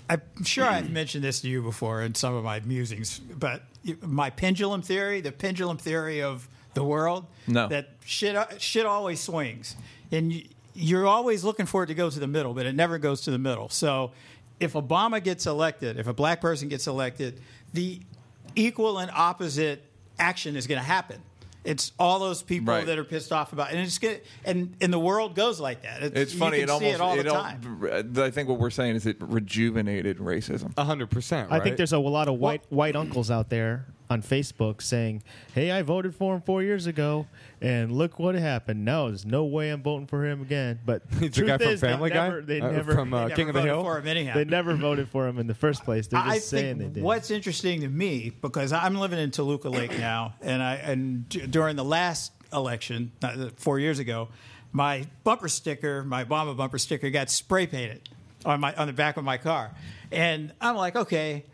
I'm sure I've mentioned this to you before in some of my musings, but my pendulum theory, the pendulum theory of the world, No. that shit, shit always swings, and you, you're always looking for it to go to the middle, but it never goes to the middle. So, if Obama gets elected, if a black person gets elected, the equal and opposite action is going to happen. It's all those people Right. that are pissed off about, it. and it's gonna, and and the world goes like that. It's you funny. can It see almost. it all the al- uh, time. I think what we're saying is it rejuvenated racism. A hundred percent. I think there's a lot of white white uncles out there on Facebook saying, "Hey, I voted for him four years ago, and look what happened. Now there's no way I'm voting for him again." But He's the truth guy from is, they Family Guy? never- they Uh, never from, uh, Never King of the voted Hill? for him anyhow. they never voted for him in the first place. They're just I saying they think did. what's interesting to me because I'm living in Toluca Lake now, and I and d- during the last election not, uh, four years ago, my bumper sticker, my Obama bumper sticker, got spray painted on my on the back of my car, and I'm like, okay.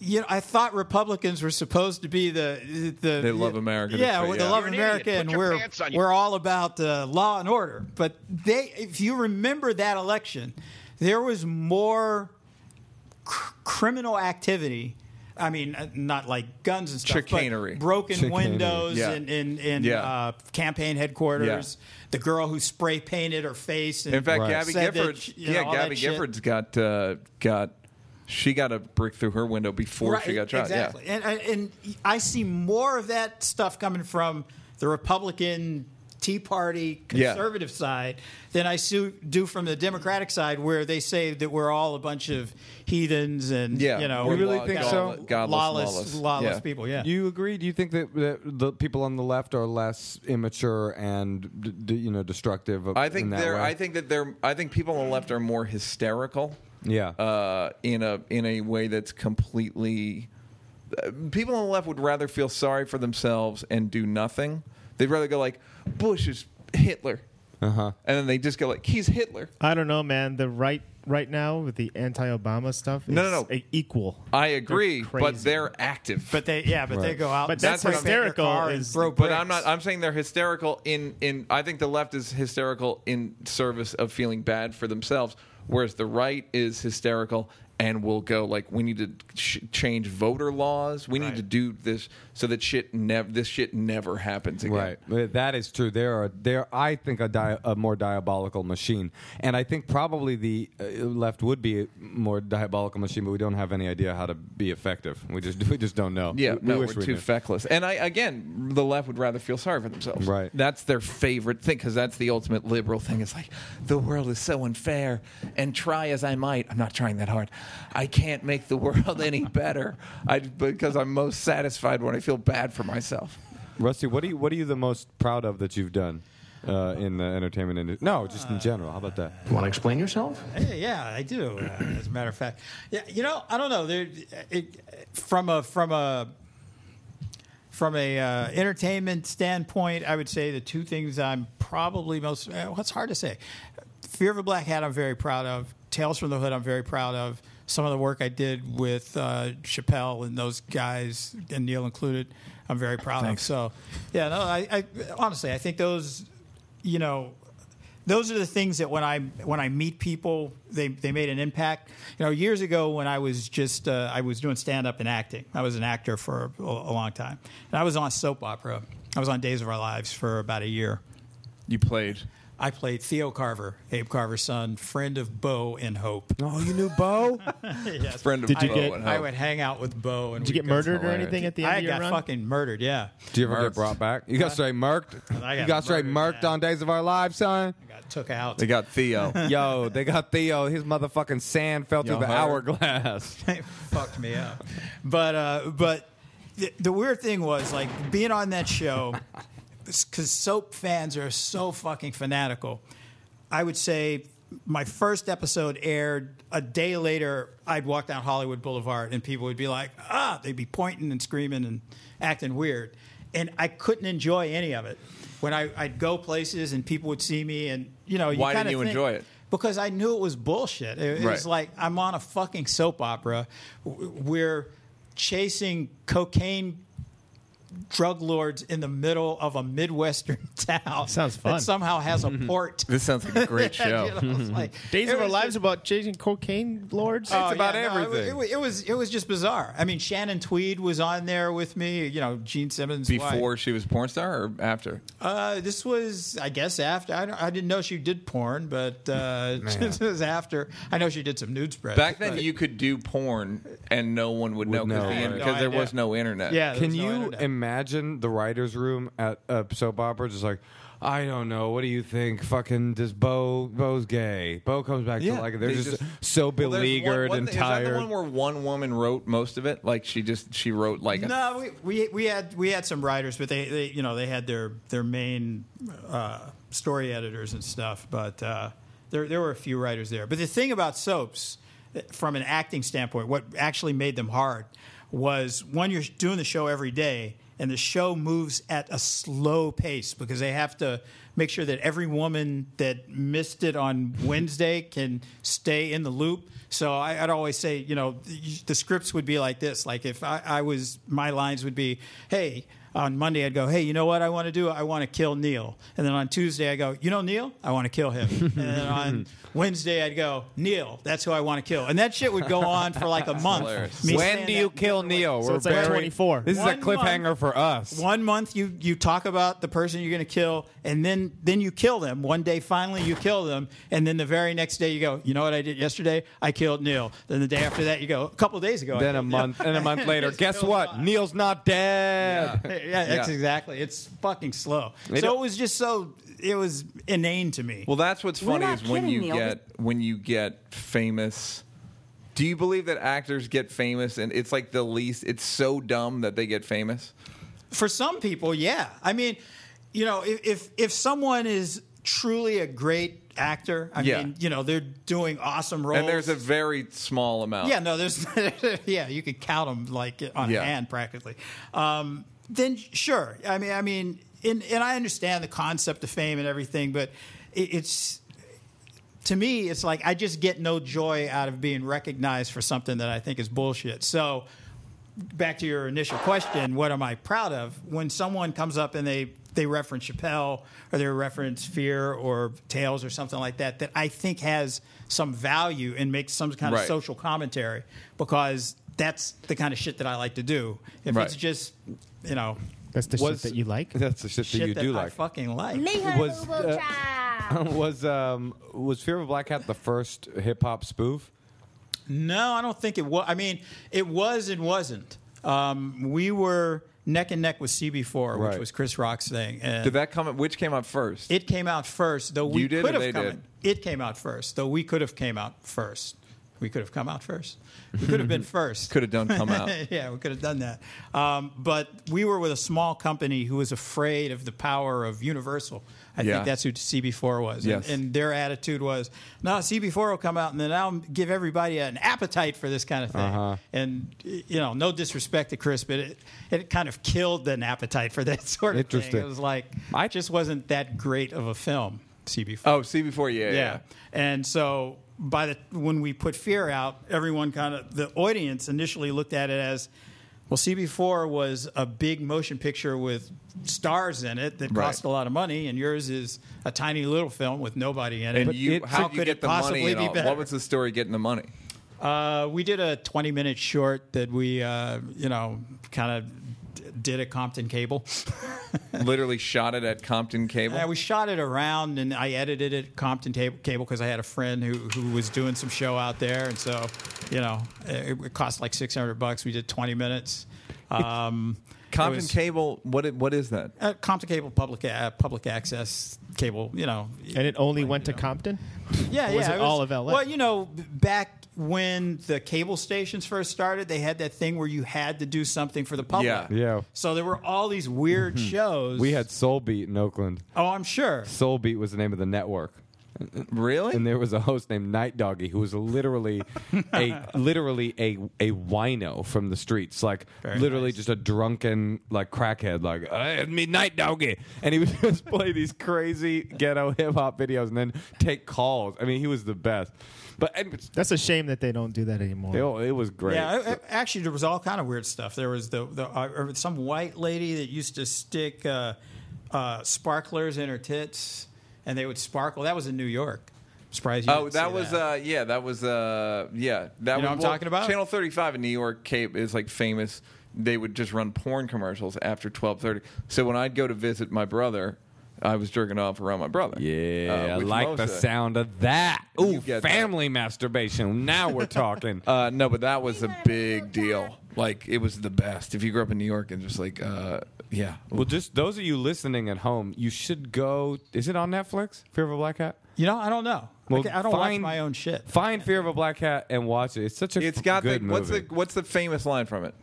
You know, I thought Republicans were supposed to be the the They love America, that's Yeah, right, we- they yeah. love You're an idiot. America, Put and your we're pants on, you we're all about uh, law and order. But they, if you remember that election, there was more cr- criminal activity. I mean, uh, not like guns and stuff, but Chicanery. broken Chicanery. windows, Yeah. and in, in, Yeah. uh, campaign headquarters. The girl who spray painted her face. And In fact, Right. Gabby Said that Giffords. she- you know, yeah, all Gabby that shit. Giffords got uh, got. She got a brick through her window before she got shot. Exactly. Yeah. And, and, and I see more of that stuff coming from the Republican Tea Party Yeah. conservative side than I see, do from the Democratic side, where they say that we're all a bunch of heathens and Yeah, you know, we're You really think so? godless- godless, lawless, lawless. lawless, Yeah. people. Yeah. You agree? Do you think that, that the people on the left are less immature and d- d- you know destructive? of- I think in that they're. way? I think that they're. I think people on the left are more hysterical. Yeah. Uh, in a in a way that's completely. uh, People on the left would rather feel sorry for themselves and do nothing. They'd rather go like Bush is Hitler, uh-huh. and then they just go like he's Hitler. I don't know, man. The right right now with the anti-Obama stuff. Is No, no, no. e- Equal. I agree, but crazy. they're active. but they, yeah, but they go out. But and that's spray paint their hysterical car and is- throw But I'm bricks. not. I'm saying they're hysterical in in. I think the left is hysterical in service of feeling bad for themselves, whereas the right is hysterical and will go like, we need to sh- change voter laws. We need to do this so that shit never this shit never happens again. Right, But that is true. There are there. I think a, dia- a more diabolical machine, and I think probably the uh, left would be a more diabolical machine, but we don't have any idea how to be effective. We just we just don't know. Yeah, we, no, we we wish are we too knew. feckless. And I again, the left would rather feel sorry for themselves. Right. That's their favorite thing because that's the ultimate liberal thing. It's like the world is so unfair, and try as I might, I'm not trying that hard. I can't make the world any better. I because I'm most satisfied when I feel bad for myself. Rusty, what are you what are you the most proud of that you've done uh, in the entertainment industry? No, just Uh, in general. How about that? Want to explain yourself? Yeah, yeah, I do. Uh, as a matter of fact, yeah, you know, I don't know. There, it, from a from a from a uh, entertainment standpoint, I would say the two things I'm probably most. Uh, well, it's hard to say. Fear of a Black Hat, I'm very proud of. Tales from the Hood, I'm very proud of. Some of the work I did with uh, Chappelle and those guys, and Neil included, I'm very proud of. So, yeah, no, I, I honestly, I think those, you know, those are the things that when I when I meet people, they they made an impact. You know, years ago when I was just uh, I was doing stand up and acting. I was an actor for a, a long time, and I was on soap opera. I was on Days of Our Lives for about a year. You played. I played Theo Carver, Abe Carver's son, friend of Bo and Hope. Oh, you knew Bo. Yes. Friend of Did you Bo get- and I Hope. would hang out with Bo. And Did you get we'd go- murdered or hilarious. anything at the end I of your got run? fucking murdered. Yeah, Do you ever Murked. get brought back? You got straight murked. I you got got straight murdered, murked yeah. on Days of Our Lives, son. got took out. They got Theo. Yo, they got Theo. His motherfucking sand fell Yo, through the her. hourglass. It fucked me up. But uh, but the, the weird thing was like being on that show because soap fans are so fucking fanatical. I would say my first episode aired a day later. I'd walk down Hollywood Boulevard and people would be like, ah, they'd be pointing and screaming and acting weird. And I couldn't enjoy any of it. When I, I'd go places and people would see me, and you know, you Why didn't kinda you think- enjoy it? Because I knew it was bullshit. It, it Right. was like I'm on a fucking soap opera. W- We're chasing cocaine drug lords in the middle of a midwestern town. Sounds fun. That somehow has a port. this sounds like a great You know, show. it's like- Days it of Our was Lives just- about chasing cocaine lords. Oh, about yeah, no, it wa- everything. it, wa- it was it was just bizarre. I mean, Shannon Tweed was on there with me. You know, Gene Simmons. wife. Before she was porn star or after? Uh, this was, I guess, after. I, don't, I didn't know she did porn, but uh, this was after. I know she did some nude spreads. Back then, but- you could do porn and no one would know know. Yeah, because no there idea. was no internet. yeah. there Uh, Can was no you internet. imagine the writers' room at a soap opera? Just like, I don't know. What do you think? Fucking does Bo? Bo's gay. Bo comes back Yeah, to like they're they just, just- so Well, there's one- beleaguered one and thing- tired. Is that the one where one woman wrote most of it? Like she just she wrote like a- No, we, we we had we had some writers, but they, they you know they had their their main uh, story editors and stuff. But uh, there there were a few writers there. But the thing about soaps, eh, from an acting standpoint, what actually made them hard was when you're doing the show every day. And the show moves at a slow pace because they have to make sure that every woman that missed it on Wednesday can stay in the loop. So I, I'd always say, you know, the, the scripts would be like this. Like if I, I was, my lines would be, hey, on Monday I'd go, hey, you know what I want to do? I want to kill Neil. And then on Tuesday I go, you know Neil? I want to kill him. and then on Wednesday I'd go, Neil, that's who I want to kill. And that shit would go on for like a month. Me When saying do you that- kill Neo? So it's like 24. This is One a cliffhanger for us. One month you you talk about the person you're going to kill, and then then you kill them. One day finally you kill them, and then the very next day you go, you know what I did yesterday? I killed Neil. Then the day after that you go, a couple days ago. I Then a killed Neil." month, and a month later, Just guess goes what? on. Neil's not dead. Yeah, that's Yeah. exactly. It's fucking slow. so don't- it was just so it was inane to me. Well, that's what's We're funny not is when kidding, you Neil. get when you get famous. Do you believe that actors get famous and it's like the least? It's so dumb that they get famous. for some people, yeah. I mean, you know, if if, if someone is truly a great actor, I Yeah. mean, you know, they're doing awesome roles. And there's a very small amount. Yeah, no, there's yeah, you could count them like on Yeah. a hand practically. Um, then sure, I mean, I mean, and, and I understand the concept of fame and everything, but it, it's to me, it's like I just get no joy out of being recognized for something that I think is bullshit. So. Back to your initial question, what am I proud of? When someone comes up and they they reference Chappelle or they reference Fear or Tales or something like that, that I think has some value and makes some kind of Right. social commentary because that's the kind of shit that I like to do. If Right. it's just, you know, That's the Was- shit that you like. That's the shit, shit that you that do I like. fucking like. Was, uh, was um was Fear of a Black Hat the first hip hop spoof? No, I don't think it was. I mean, it was and wasn't. Um, we were neck and neck with CB4, Right. which was Chris Rock's thing. And Did that come? Which came up first? it came out first, though we You did could or have they come. did? It came out first, though we could have came out first. We could have come out first. We could have been first. could have done come out. yeah, we could have done that. Um, but we were with a small company who was afraid of the power of Universal. I Yeah. think that's who CB4 was. Yes. And, and their attitude was, no, CB4 will come out and then I'll give everybody an appetite for this kind of thing. Uh-huh. And, you know, no disrespect to Chris, but it, it kind of killed an appetite for that sort of Interesting. thing. It was like, I just wasn't that great of a film, CB4 Oh, see before, yeah, yeah. yeah. And so by the when we put Fear out, everyone kind of the audience initially looked at it as well. CB4 was a big motion picture with stars in it that Right. cost a lot of money, and yours is a tiny little film with nobody in it. And But you, it- how, did you get the money? and all- better? What was the story getting the money? Uh, we did a 20 minute short that we, uh, you know, kind of d- did at Compton Cable. Literally shot it at Compton Cable. Yeah, we shot it around, and I edited it at Compton ta- Cable because I had a friend who, who was doing some show out there, and so you know it, it cost like six hundred bucks. We did twenty minutes. Um, it Compton was- Cable. What? i- What is that? uh, Compton Cable public uh, public access cable. You know, and it only went to Compton? yeah, Or was yeah. it was- all of LA? Well, you know, b- back when the cable stations first started, they had that thing where you had to do something for the public. Yeah. Yeah. So there were all these weird Mm-hmm. shows. We had Soul Beat in Oakland. Oh, I'm sure. Soul Beat was the name of the network. Really? And there was a host named Night Doggy who was literally a literally a a wino from the streets, like literally just a drunken like crackhead, like I had me Night Doggy, and he would just play these crazy ghetto hip hop videos and then take calls. I mean, he was the best. But and, That's a shame that they don't do that anymore. it, it was great. Yeah, I- I- actually, there was all kind of weird stuff. There was the, the uh, or some white lady that used to stick uh, uh, sparklers in her tits, and they would sparkle. That was in New York. I'm surprised you. Oh, didn't that see was uh yeah, that was uh yeah, that was know what I'm talking about? Channel 35 in New York Cape is like famous. They would just run porn commercials after 12:30. So when I'd go to visit my brother, I was jerking off around my brother. Yeah, Uh, I with like the Mosa. sound of that. Ooh, get that. family masturbation. Now we're talking. Uh, no, but that was a big deal. Like it was the best. If you grew up in New York and just like uh yeah. well, just those of you listening at home, you should go. Is it on Netflix? Fear of a Black Hat. You know, I don't know. Well, I, ca- I don't find- watch my own shit. Find Fear of a Black Hat and watch it. It's such a It's f- got the good what's the movie. what's the famous line from it?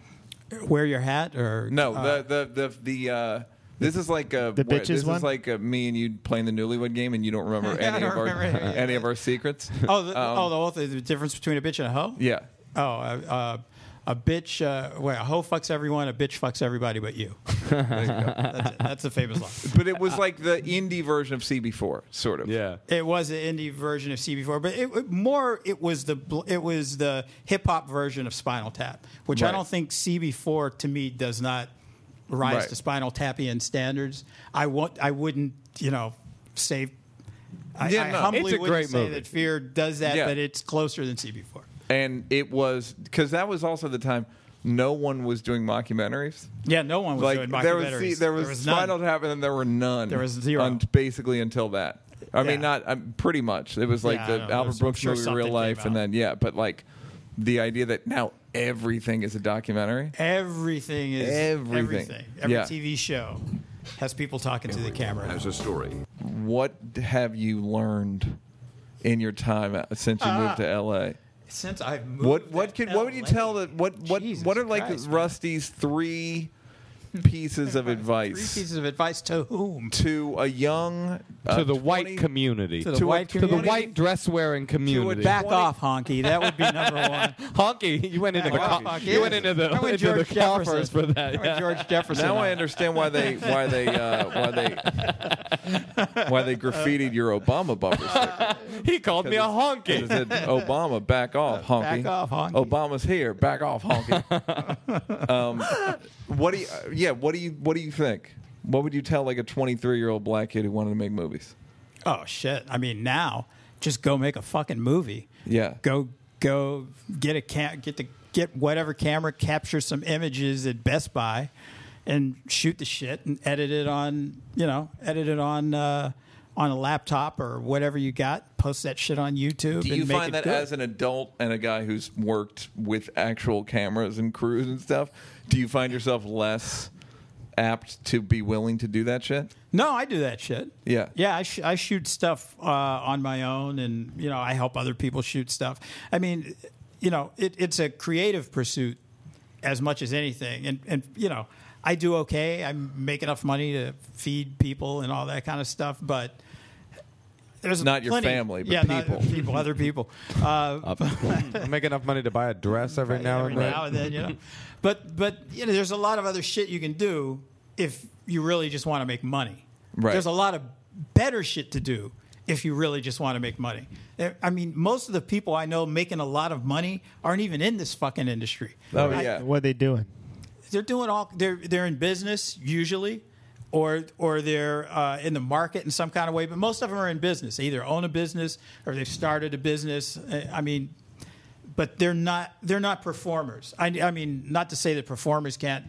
Wear your hat or No, uh, the the the the uh this is like a The what- bitches this one? is like a, me and you playing the newlywed game and you don't remember Yeah, I any don't of our remember any of any of our secrets. Uh, oh the, oh the whole thing, the difference between a bitch and a hoe. um, Yeah. Oh, uh, uh, a bitch. Uh, well, a hoe fucks everyone. A bitch fucks everybody but you. that's, it. that's a famous line. But it was like the indie version of CB4 sort of. yeah. It was an indie version of CB4, but it, it- more it was the bl- it was the hip hop version of Spinal Tap, which Right. I don't think CB4 to me does not rise Right. to Spinal Tapian standards. I will I wouldn't, you know, say. I, Yeah, I no, humbly it's a wouldn't great say movie. that Fear does that, Yeah. but it's closer than CB4. and it was because that was also the time no one was doing mockumentaries. Yeah, no one was Like doing there was documentaries. see, there was, none. Spinal Tap, and then there were none. There was zero. un- basically until that. I mean, Yeah. not um, pretty much. It was like Yeah, I the know. Albert There's- I'm Brooks sure movie, something Real came Life, and out. then yeah. But like the idea that now everything is a documentary. Everything is Everything. everything. Every Yeah. TV show has people talking to the camera. As a story. What have you learned in your time uh, since you moved to LA? Since I've moved, What what Uh, to could what would you LA, tell that what what Jesus what are like Christ, man. Rusty's three pieces of Three advice pieces of advice to whom? to a young uh, to the white 20 community, To the to a white to 20 the community. white dress wearing community. Back off, honky. That would be number one. honky. You went into the Wow. co- Honky. you went into the I went into the George Jefferson. coffers for that. I went yeah. George Jefferson. Now on I it. understand why they why they uh, why they why they graffitied your Obama bumper sticker. He called me a It honky. said Obama, back off, honky. back off, honky. Obama's here, back off, honky. um, what do you? uh, Yeah, what do you? What do you think? What would you tell like a 23 year old black kid who wanted to make movies? Oh shit! I mean, now just go make a fucking movie. Yeah. Go go get a cam- get the get whatever camera, capture some images at Best Buy, and shoot the shit and edit it on you know edit it on uh, on a laptop or whatever you got. Post that shit on YouTube. Do and you make find it that good. as an adult and a guy who's worked with actual cameras and crews and stuff, do you find yourself less apt to be willing to do that shit? No, I do that shit. Yeah. yeah. I, sh- I shoot stuff uh, on my own, and you know, I help other people shoot stuff. I mean, you know, it, it's a creative pursuit as much as anything, and and you know, I do okay. I make enough money to feed people and all that kind of stuff, but. There's Not your plenty- family, but yeah, not- people. people, other people. Uh, I make enough money to buy a dress every now every and then. now and then, you know. but but you know, there's a lot of other shit you can do if you really just want to make money. Right. There's a lot of better shit to do if you really just want to make money. There- I mean, most of the people I know making a lot of money aren't even in this fucking industry. Oh I- yeah. What are they doing? they're doing all they're they're in business usually or or they're uh, in the market in some kind of way but most of them are in business they either own a business or they've started a business Uh, i mean but they're not they're not performers i, I mean not to say that performers can't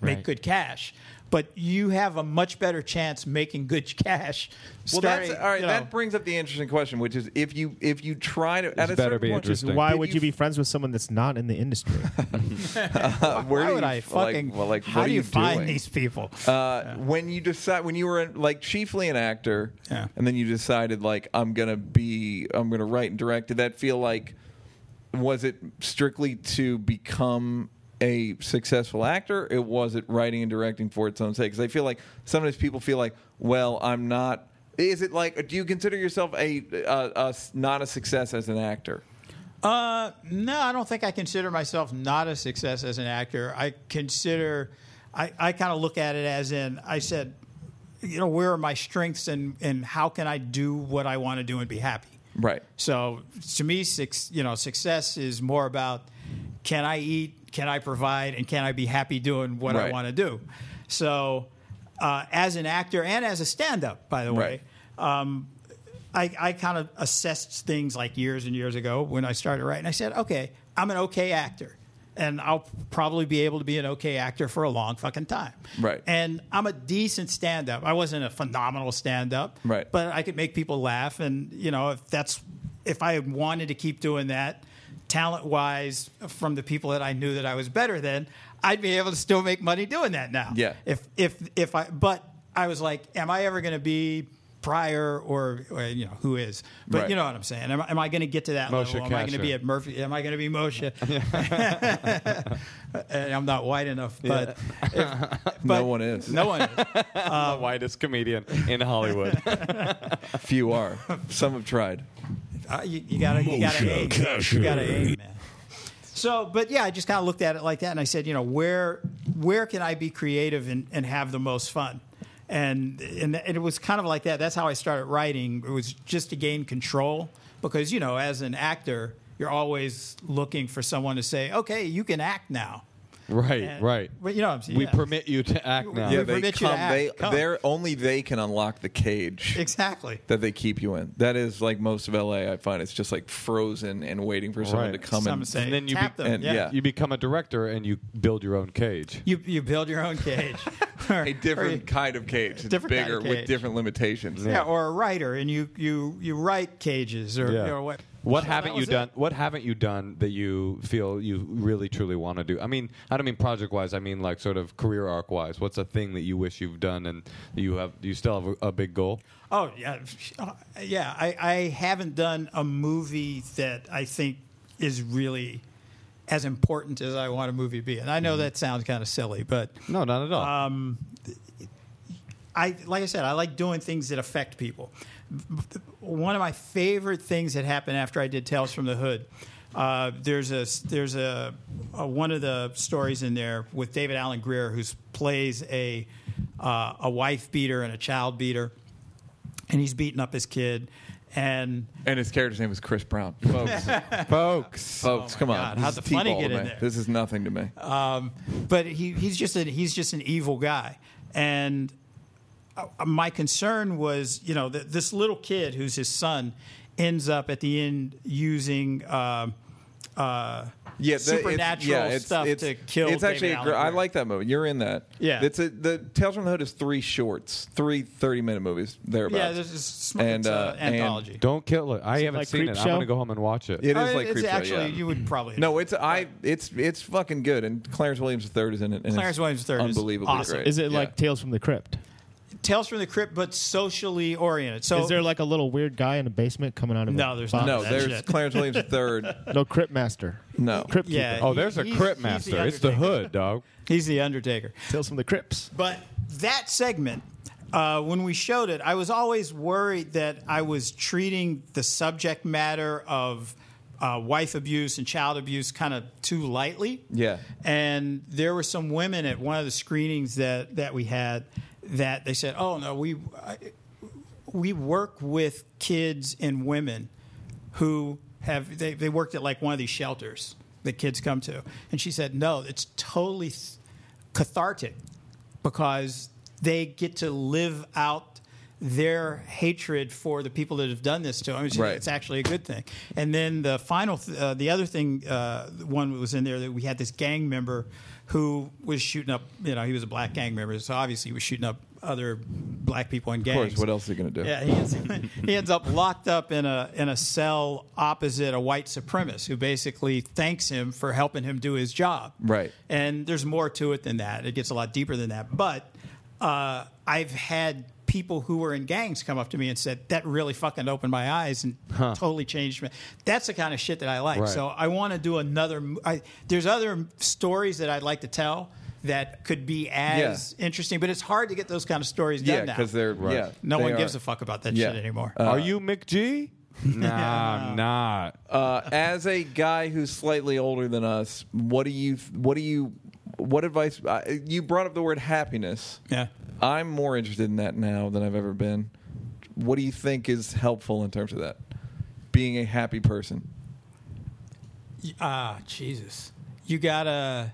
make Right. good cash but you have a much better chance making good cash Well, that's starting, all right. you know, That brings up the interesting question, which is if you if you try to at a better certain be point, interesting. Why Did would you, be friends with someone that's not in the industry? uh, where why do would you, I fucking? Like, well, like how what do are you, find doing? these people? Uh, When you decide when you were like chiefly an actor, Yeah. and then you decided like I'm gonna be I'm gonna write and direct. Did that feel like was it strictly to become a successful actor? It was it writing and directing for its own sake? Because I feel like sometimes people feel like, well, I'm not. Is it like? Do you consider yourself a, a, a s- not a success as an actor? Uh, no, I don't think I consider myself not a success as an actor. I consider, I, I kind of look at it as in, I said, you know, where are my strengths and, and how can I do what I want to do and be happy? Right. So to me, six, you know, success is more about can I eat, can I provide, and can I be happy doing what Right. I want to do. So uh, as an actor and as a stand-up, by the way, um, I, I kind of assessed things like years and years ago when I started writing. I said, okay, I'm an okay actor. And I'll probably be able to be an okay actor for a long fucking time. Right. And I'm a decent stand up. I wasn't a phenomenal stand up. Right. But I could make people laugh, and you know, if that's if I wanted to keep doing that, talent wise, from the people that I knew that I was better than, I'd be able to still make money doing that now. Yeah. If if if I but I was like, am I ever going to be Pryor or, or, you know who is? But Right. you know what I'm saying. Am, I- am I going to get to that Moshe level? Am I going to Kasher. be at Murphy? Am I going to be Moshe? and I'm not white enough, but, if- No but- one is. No one. Is. the whitest comedian in Hollywood. Few are. Some have tried. Uh, you, you gotta, you gotta Moshe aim. Kasher. You gotta aim, man. So, but yeah, I just kind of looked at it like that, and I said, you know, where where can I be creative and, and have the most fun? And, and it was kind of like that. That's how I started writing. It was just to gain control because you know, as an actor, you're always looking for someone to say, okay, you can act now. Right, And- right. But you know, what I'm saying, We yeah. permit you to act now. Yeah. yeah, they permit you to come. act. They Come. they're only they can unlock the cage exactly. that they keep you in. That is like most of LA. I find it's just like frozen and waiting for someone Right. to come Some and say And then you tap be- them. and- yeah. yeah. You become a director and you build your own cage. You you build your own cage. Or- a or different you- kind of cage. It's Different kind bigger of with cage. different limitations. yeah, or a writer, and you you you write cages or Yeah. you know, what. What So haven't that you was it. done? What haven't you done that you feel you really truly want to do? I mean, I don't mean project wise. I mean like sort of career arc wise. What's a thing that you wish you've done and you have you still have a, a big goal? Oh yeah, Uh, yeah. I, I haven't done a movie that I think is really as important as I want a movie to be, and I know that sounds kind of silly, but Mm-hmm. No, not at all. Um, I like I said, I like doing things that affect people. One of my favorite things that happened after I did Tales from the Hood. Uh, there's a there's a, a one of the stories in there with David Allen Greer who plays a uh, a wife beater and a child beater, and he's beating up his kid. And And his character's name is Chris Brown. Folks, Folks, folks, come Oh on. God, This how'd is the funny T-ball get to in me. there? Uh, This is nothing to me. Um, but he, he's just a, he's just an evil guy and uh, my concern was you know th- this little kid who's his son ends up at the end using um uh, yeah, that- it's, supernatural yeah, it's, stuff it's, to kill It's actually, David a gr- Allen I Greer. like that movie. You're in that. Yeah. It's a, the Tales from the Hood is three shorts, three 30 minute movies thereabouts. yeah this is sm- And, it's, uh, uh, and- anthology don't kill it. I haven't like seen it. I'm Creepshow? gonna go home and watch it. It Oh, is like it's Creepshow, actually yeah. you would probably No, it's I. It's it's fucking good, and Clarence Williams III is in it. and it's Clarence Williams III is unbelievably awesome. great. Is it Yeah. like Tales from the Crypt? Tales from the Crypt but socially oriented so Is there like a little weird guy in a basement coming out of No, a there's box? not. No, That there's shit. Clarence Williams III. no Crypt Master. No. Crypt Yeah. Keeper. oh, there's a He's- crypt he's the master. it's the Undertaker. hood, dog. he's the Undertaker Tales from the Crypts. But that segment, uh, when we showed it, I was always worried that I was treating the subject matter of uh, wife abuse and child abuse kind of too lightly. Yeah. And there were some women at one of the screenings that, that we had that they said, "Oh no, we I, we work with kids and women who have they, they worked at like one of these shelters that kids come to." And she said, "No, it's totally cathartic because they get to live out their hatred for the people that have done this to them. It's, Right. it's actually a good thing. And then the final, th- uh, the other thing, uh, one that was in there that we had this gang member who was shooting up. You know, he was a black gang member, so obviously he was shooting up other black people in gangs. Of course, what else are you gonna do? Yeah, he ends, he ends up locked up in a in a cell opposite a white supremacist who basically thanks him for helping him do his job. Right. And there's more to it than that. It gets a lot deeper than that. But uh, I've had people who were in gangs come up to me and said that really fucking opened my eyes and totally changed me. That's the kind of shit that I like. Right. So I want to do another. mo- I, there's other stories that I'd like to tell. That could be as interesting, but it's hard to get those kind of stories done Yeah, now. because they're yeah. No they one are. gives a fuck about that Yeah. Uh, shit anymore. Are you Mick G? Nah, I'm not. Uh, as a guy who's slightly older than us, what do you? What do you? What advice? I you brought up the word happiness. yeah. I'm more interested in that now than I've ever been. What do you think is helpful in terms of that? Being a happy person. Ah, Jesus. You gotta.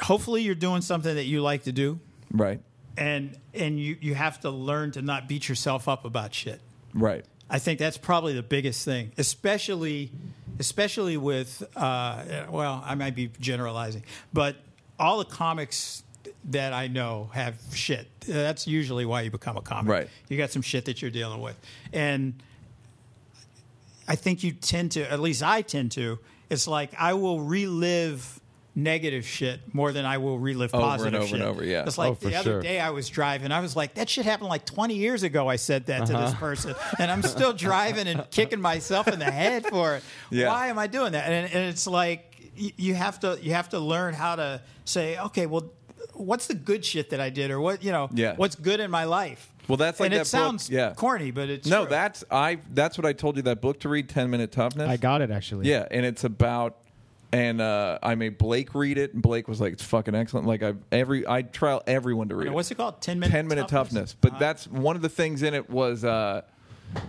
Hopefully, you're doing something that you like to do, Right. and and you you have to learn to not beat yourself up about shit. Right. I think that's probably the biggest thing, especially especially with uh, well, I might be generalizing, but all the comics that I know have shit. That's usually why you become a comic. Right. You got some shit that you're dealing with, and I think you tend to, at least I tend to. It's like I will relive negative shit more than I will relive Over and positive over shit. and over, yeah. It's like Oh, for the other sure. day day I was driving, I was like, that shit happened like 20 years ago. I said that to Uh-huh. this person, and I'm still driving and kicking myself in the head for it. Yeah. Why am I doing that? And, and it's like y- you have to you have to learn how to say, okay, well, what's the good shit that I did, or what you know, Yeah. what's good in my life. Well, that's like and that it book- sounds yeah. corny, but it's no, true. that's I. That's what I told you. That book to read, Ten Minute Toughness. I got it actually. Yeah, and it's about and uh, I made Blake read it, and Blake was like, "It's fucking excellent." Like I every I try everyone to read. Now, it. what's it called? 10 minute 10 minute toughness? toughness. But that's one of the things in it was uh,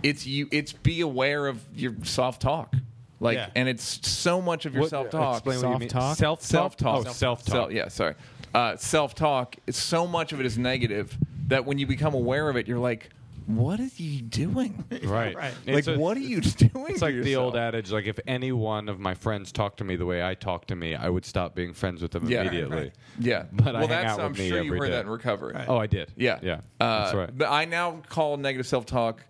it's you. It's be aware of your soft talk. Like, Yeah. and it's so much of your What- self talk. explain what you mean. Self-talk? Self Self talk. Oh, self talk. yeah, sorry. Uh, self talk. So much of it is negative that when you become aware of it, you're like, "What are you doing? Right. Right. like, It's a- what are you doing?" It's to like the old yourself? adage, like if any one of my friends talked to me the way I talked to me, I would stop being friends with them Yeah. immediately. Yeah, But I well, hang that's out I'm with me sure you every heard day. that in recovery. Oh, I did. Yeah. yeah. Uh, That's right. But I now call negative self talk,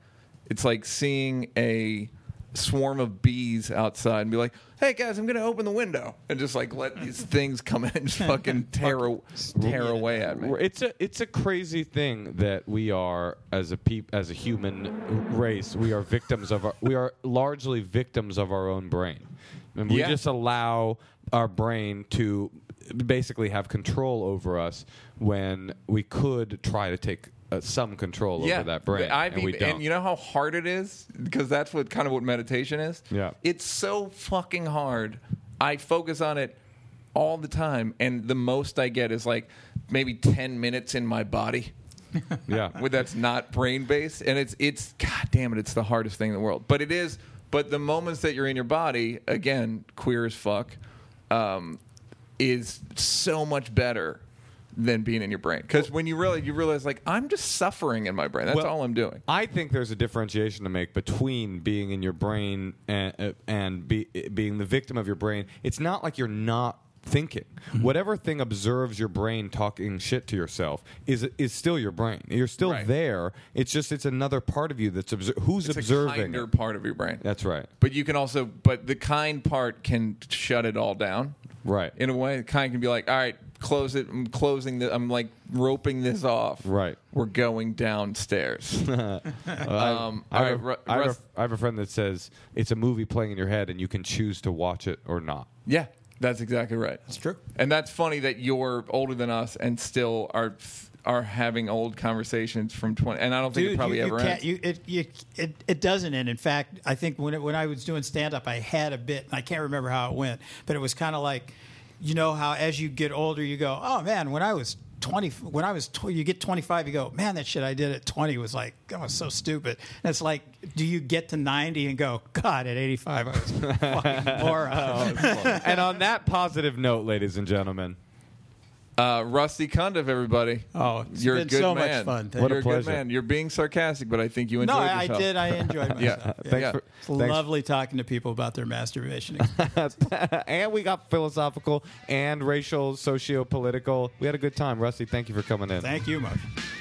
it's like seeing a swarm of bees outside and be like, hey guys, I'm going to open the window and just like let these things come in and just fucking tear, a- tear away at me. It's a it's a crazy thing that we are as a peop, as a human race. We are victims of our we are largely victims of our own brain, and we Yeah. just allow our brain to basically have control over us when we could try to take uh, some control over that brain, the IV and we don't. you know how hard it is because that's what kind of what meditation is. Yeah. it's so fucking hard. I focus on it all the time, and the most I get is like maybe ten minutes in my body. yeah, where that's not brain based, and it's it's god damn it, it's the hardest thing in the world. But it is. But the moments that you're in your body, again, queer as fuck, um, is so much better than being in your brain. Because when you really you realize like I'm just suffering in my brain. That's Well, all I'm doing. I think there's a differentiation to make between being in your brain and, uh, and be, uh, being the victim of your brain. It's not like you're not thinking. Mm-hmm. Whatever thing observes your brain talking shit to yourself is is still your brain. You're still Right. there. It's just it's another part of you that's obser- who's It's a observing. kinder it? part of your brain. That's right. But you can also, but the kind part can shut it all down. Right. In a way, the kind can be like, all right, close it. I'm closing the, I'm like roping this off. Right. We're going downstairs. um, all I right, have, Ru- I have Russ- a, I have a friend that says it's a movie playing in your head and you can choose to watch it or not. yeah, that's exactly right. That's true. And that's funny that you're older than us and still are are having old conversations from 20. And I don't think it probably you, you ever can't- ends. you- it, you- it, it doesn't end. In fact, I think when it, when I was doing stand up, I had a bit, and I can't remember how it went, but it was kind of like, you know, how as you get older, you go, oh man, when I was 20, when I was, tw- you get 25, you go, man, that shit I did at 20 was like, oh, it's so stupid. And it's like, do you get to 90 and go, God, at 85, I was a fucking Oh, moron. and on that positive note, ladies and gentlemen, Uh, Rusty Cundiff, everybody. Oh, it's you're a been good so much man. fun. You're What a a good pleasure. man. You're being sarcastic, but I think you no, enjoyed I, I yourself. did. I enjoyed myself. Yeah. Yeah. thanks Yeah. for It's thanks- lovely talking to people about their masturbation. and we got philosophical and racial, socio-political. We had a good time. Rusty, thank you for coming in. Thank you, Moshe.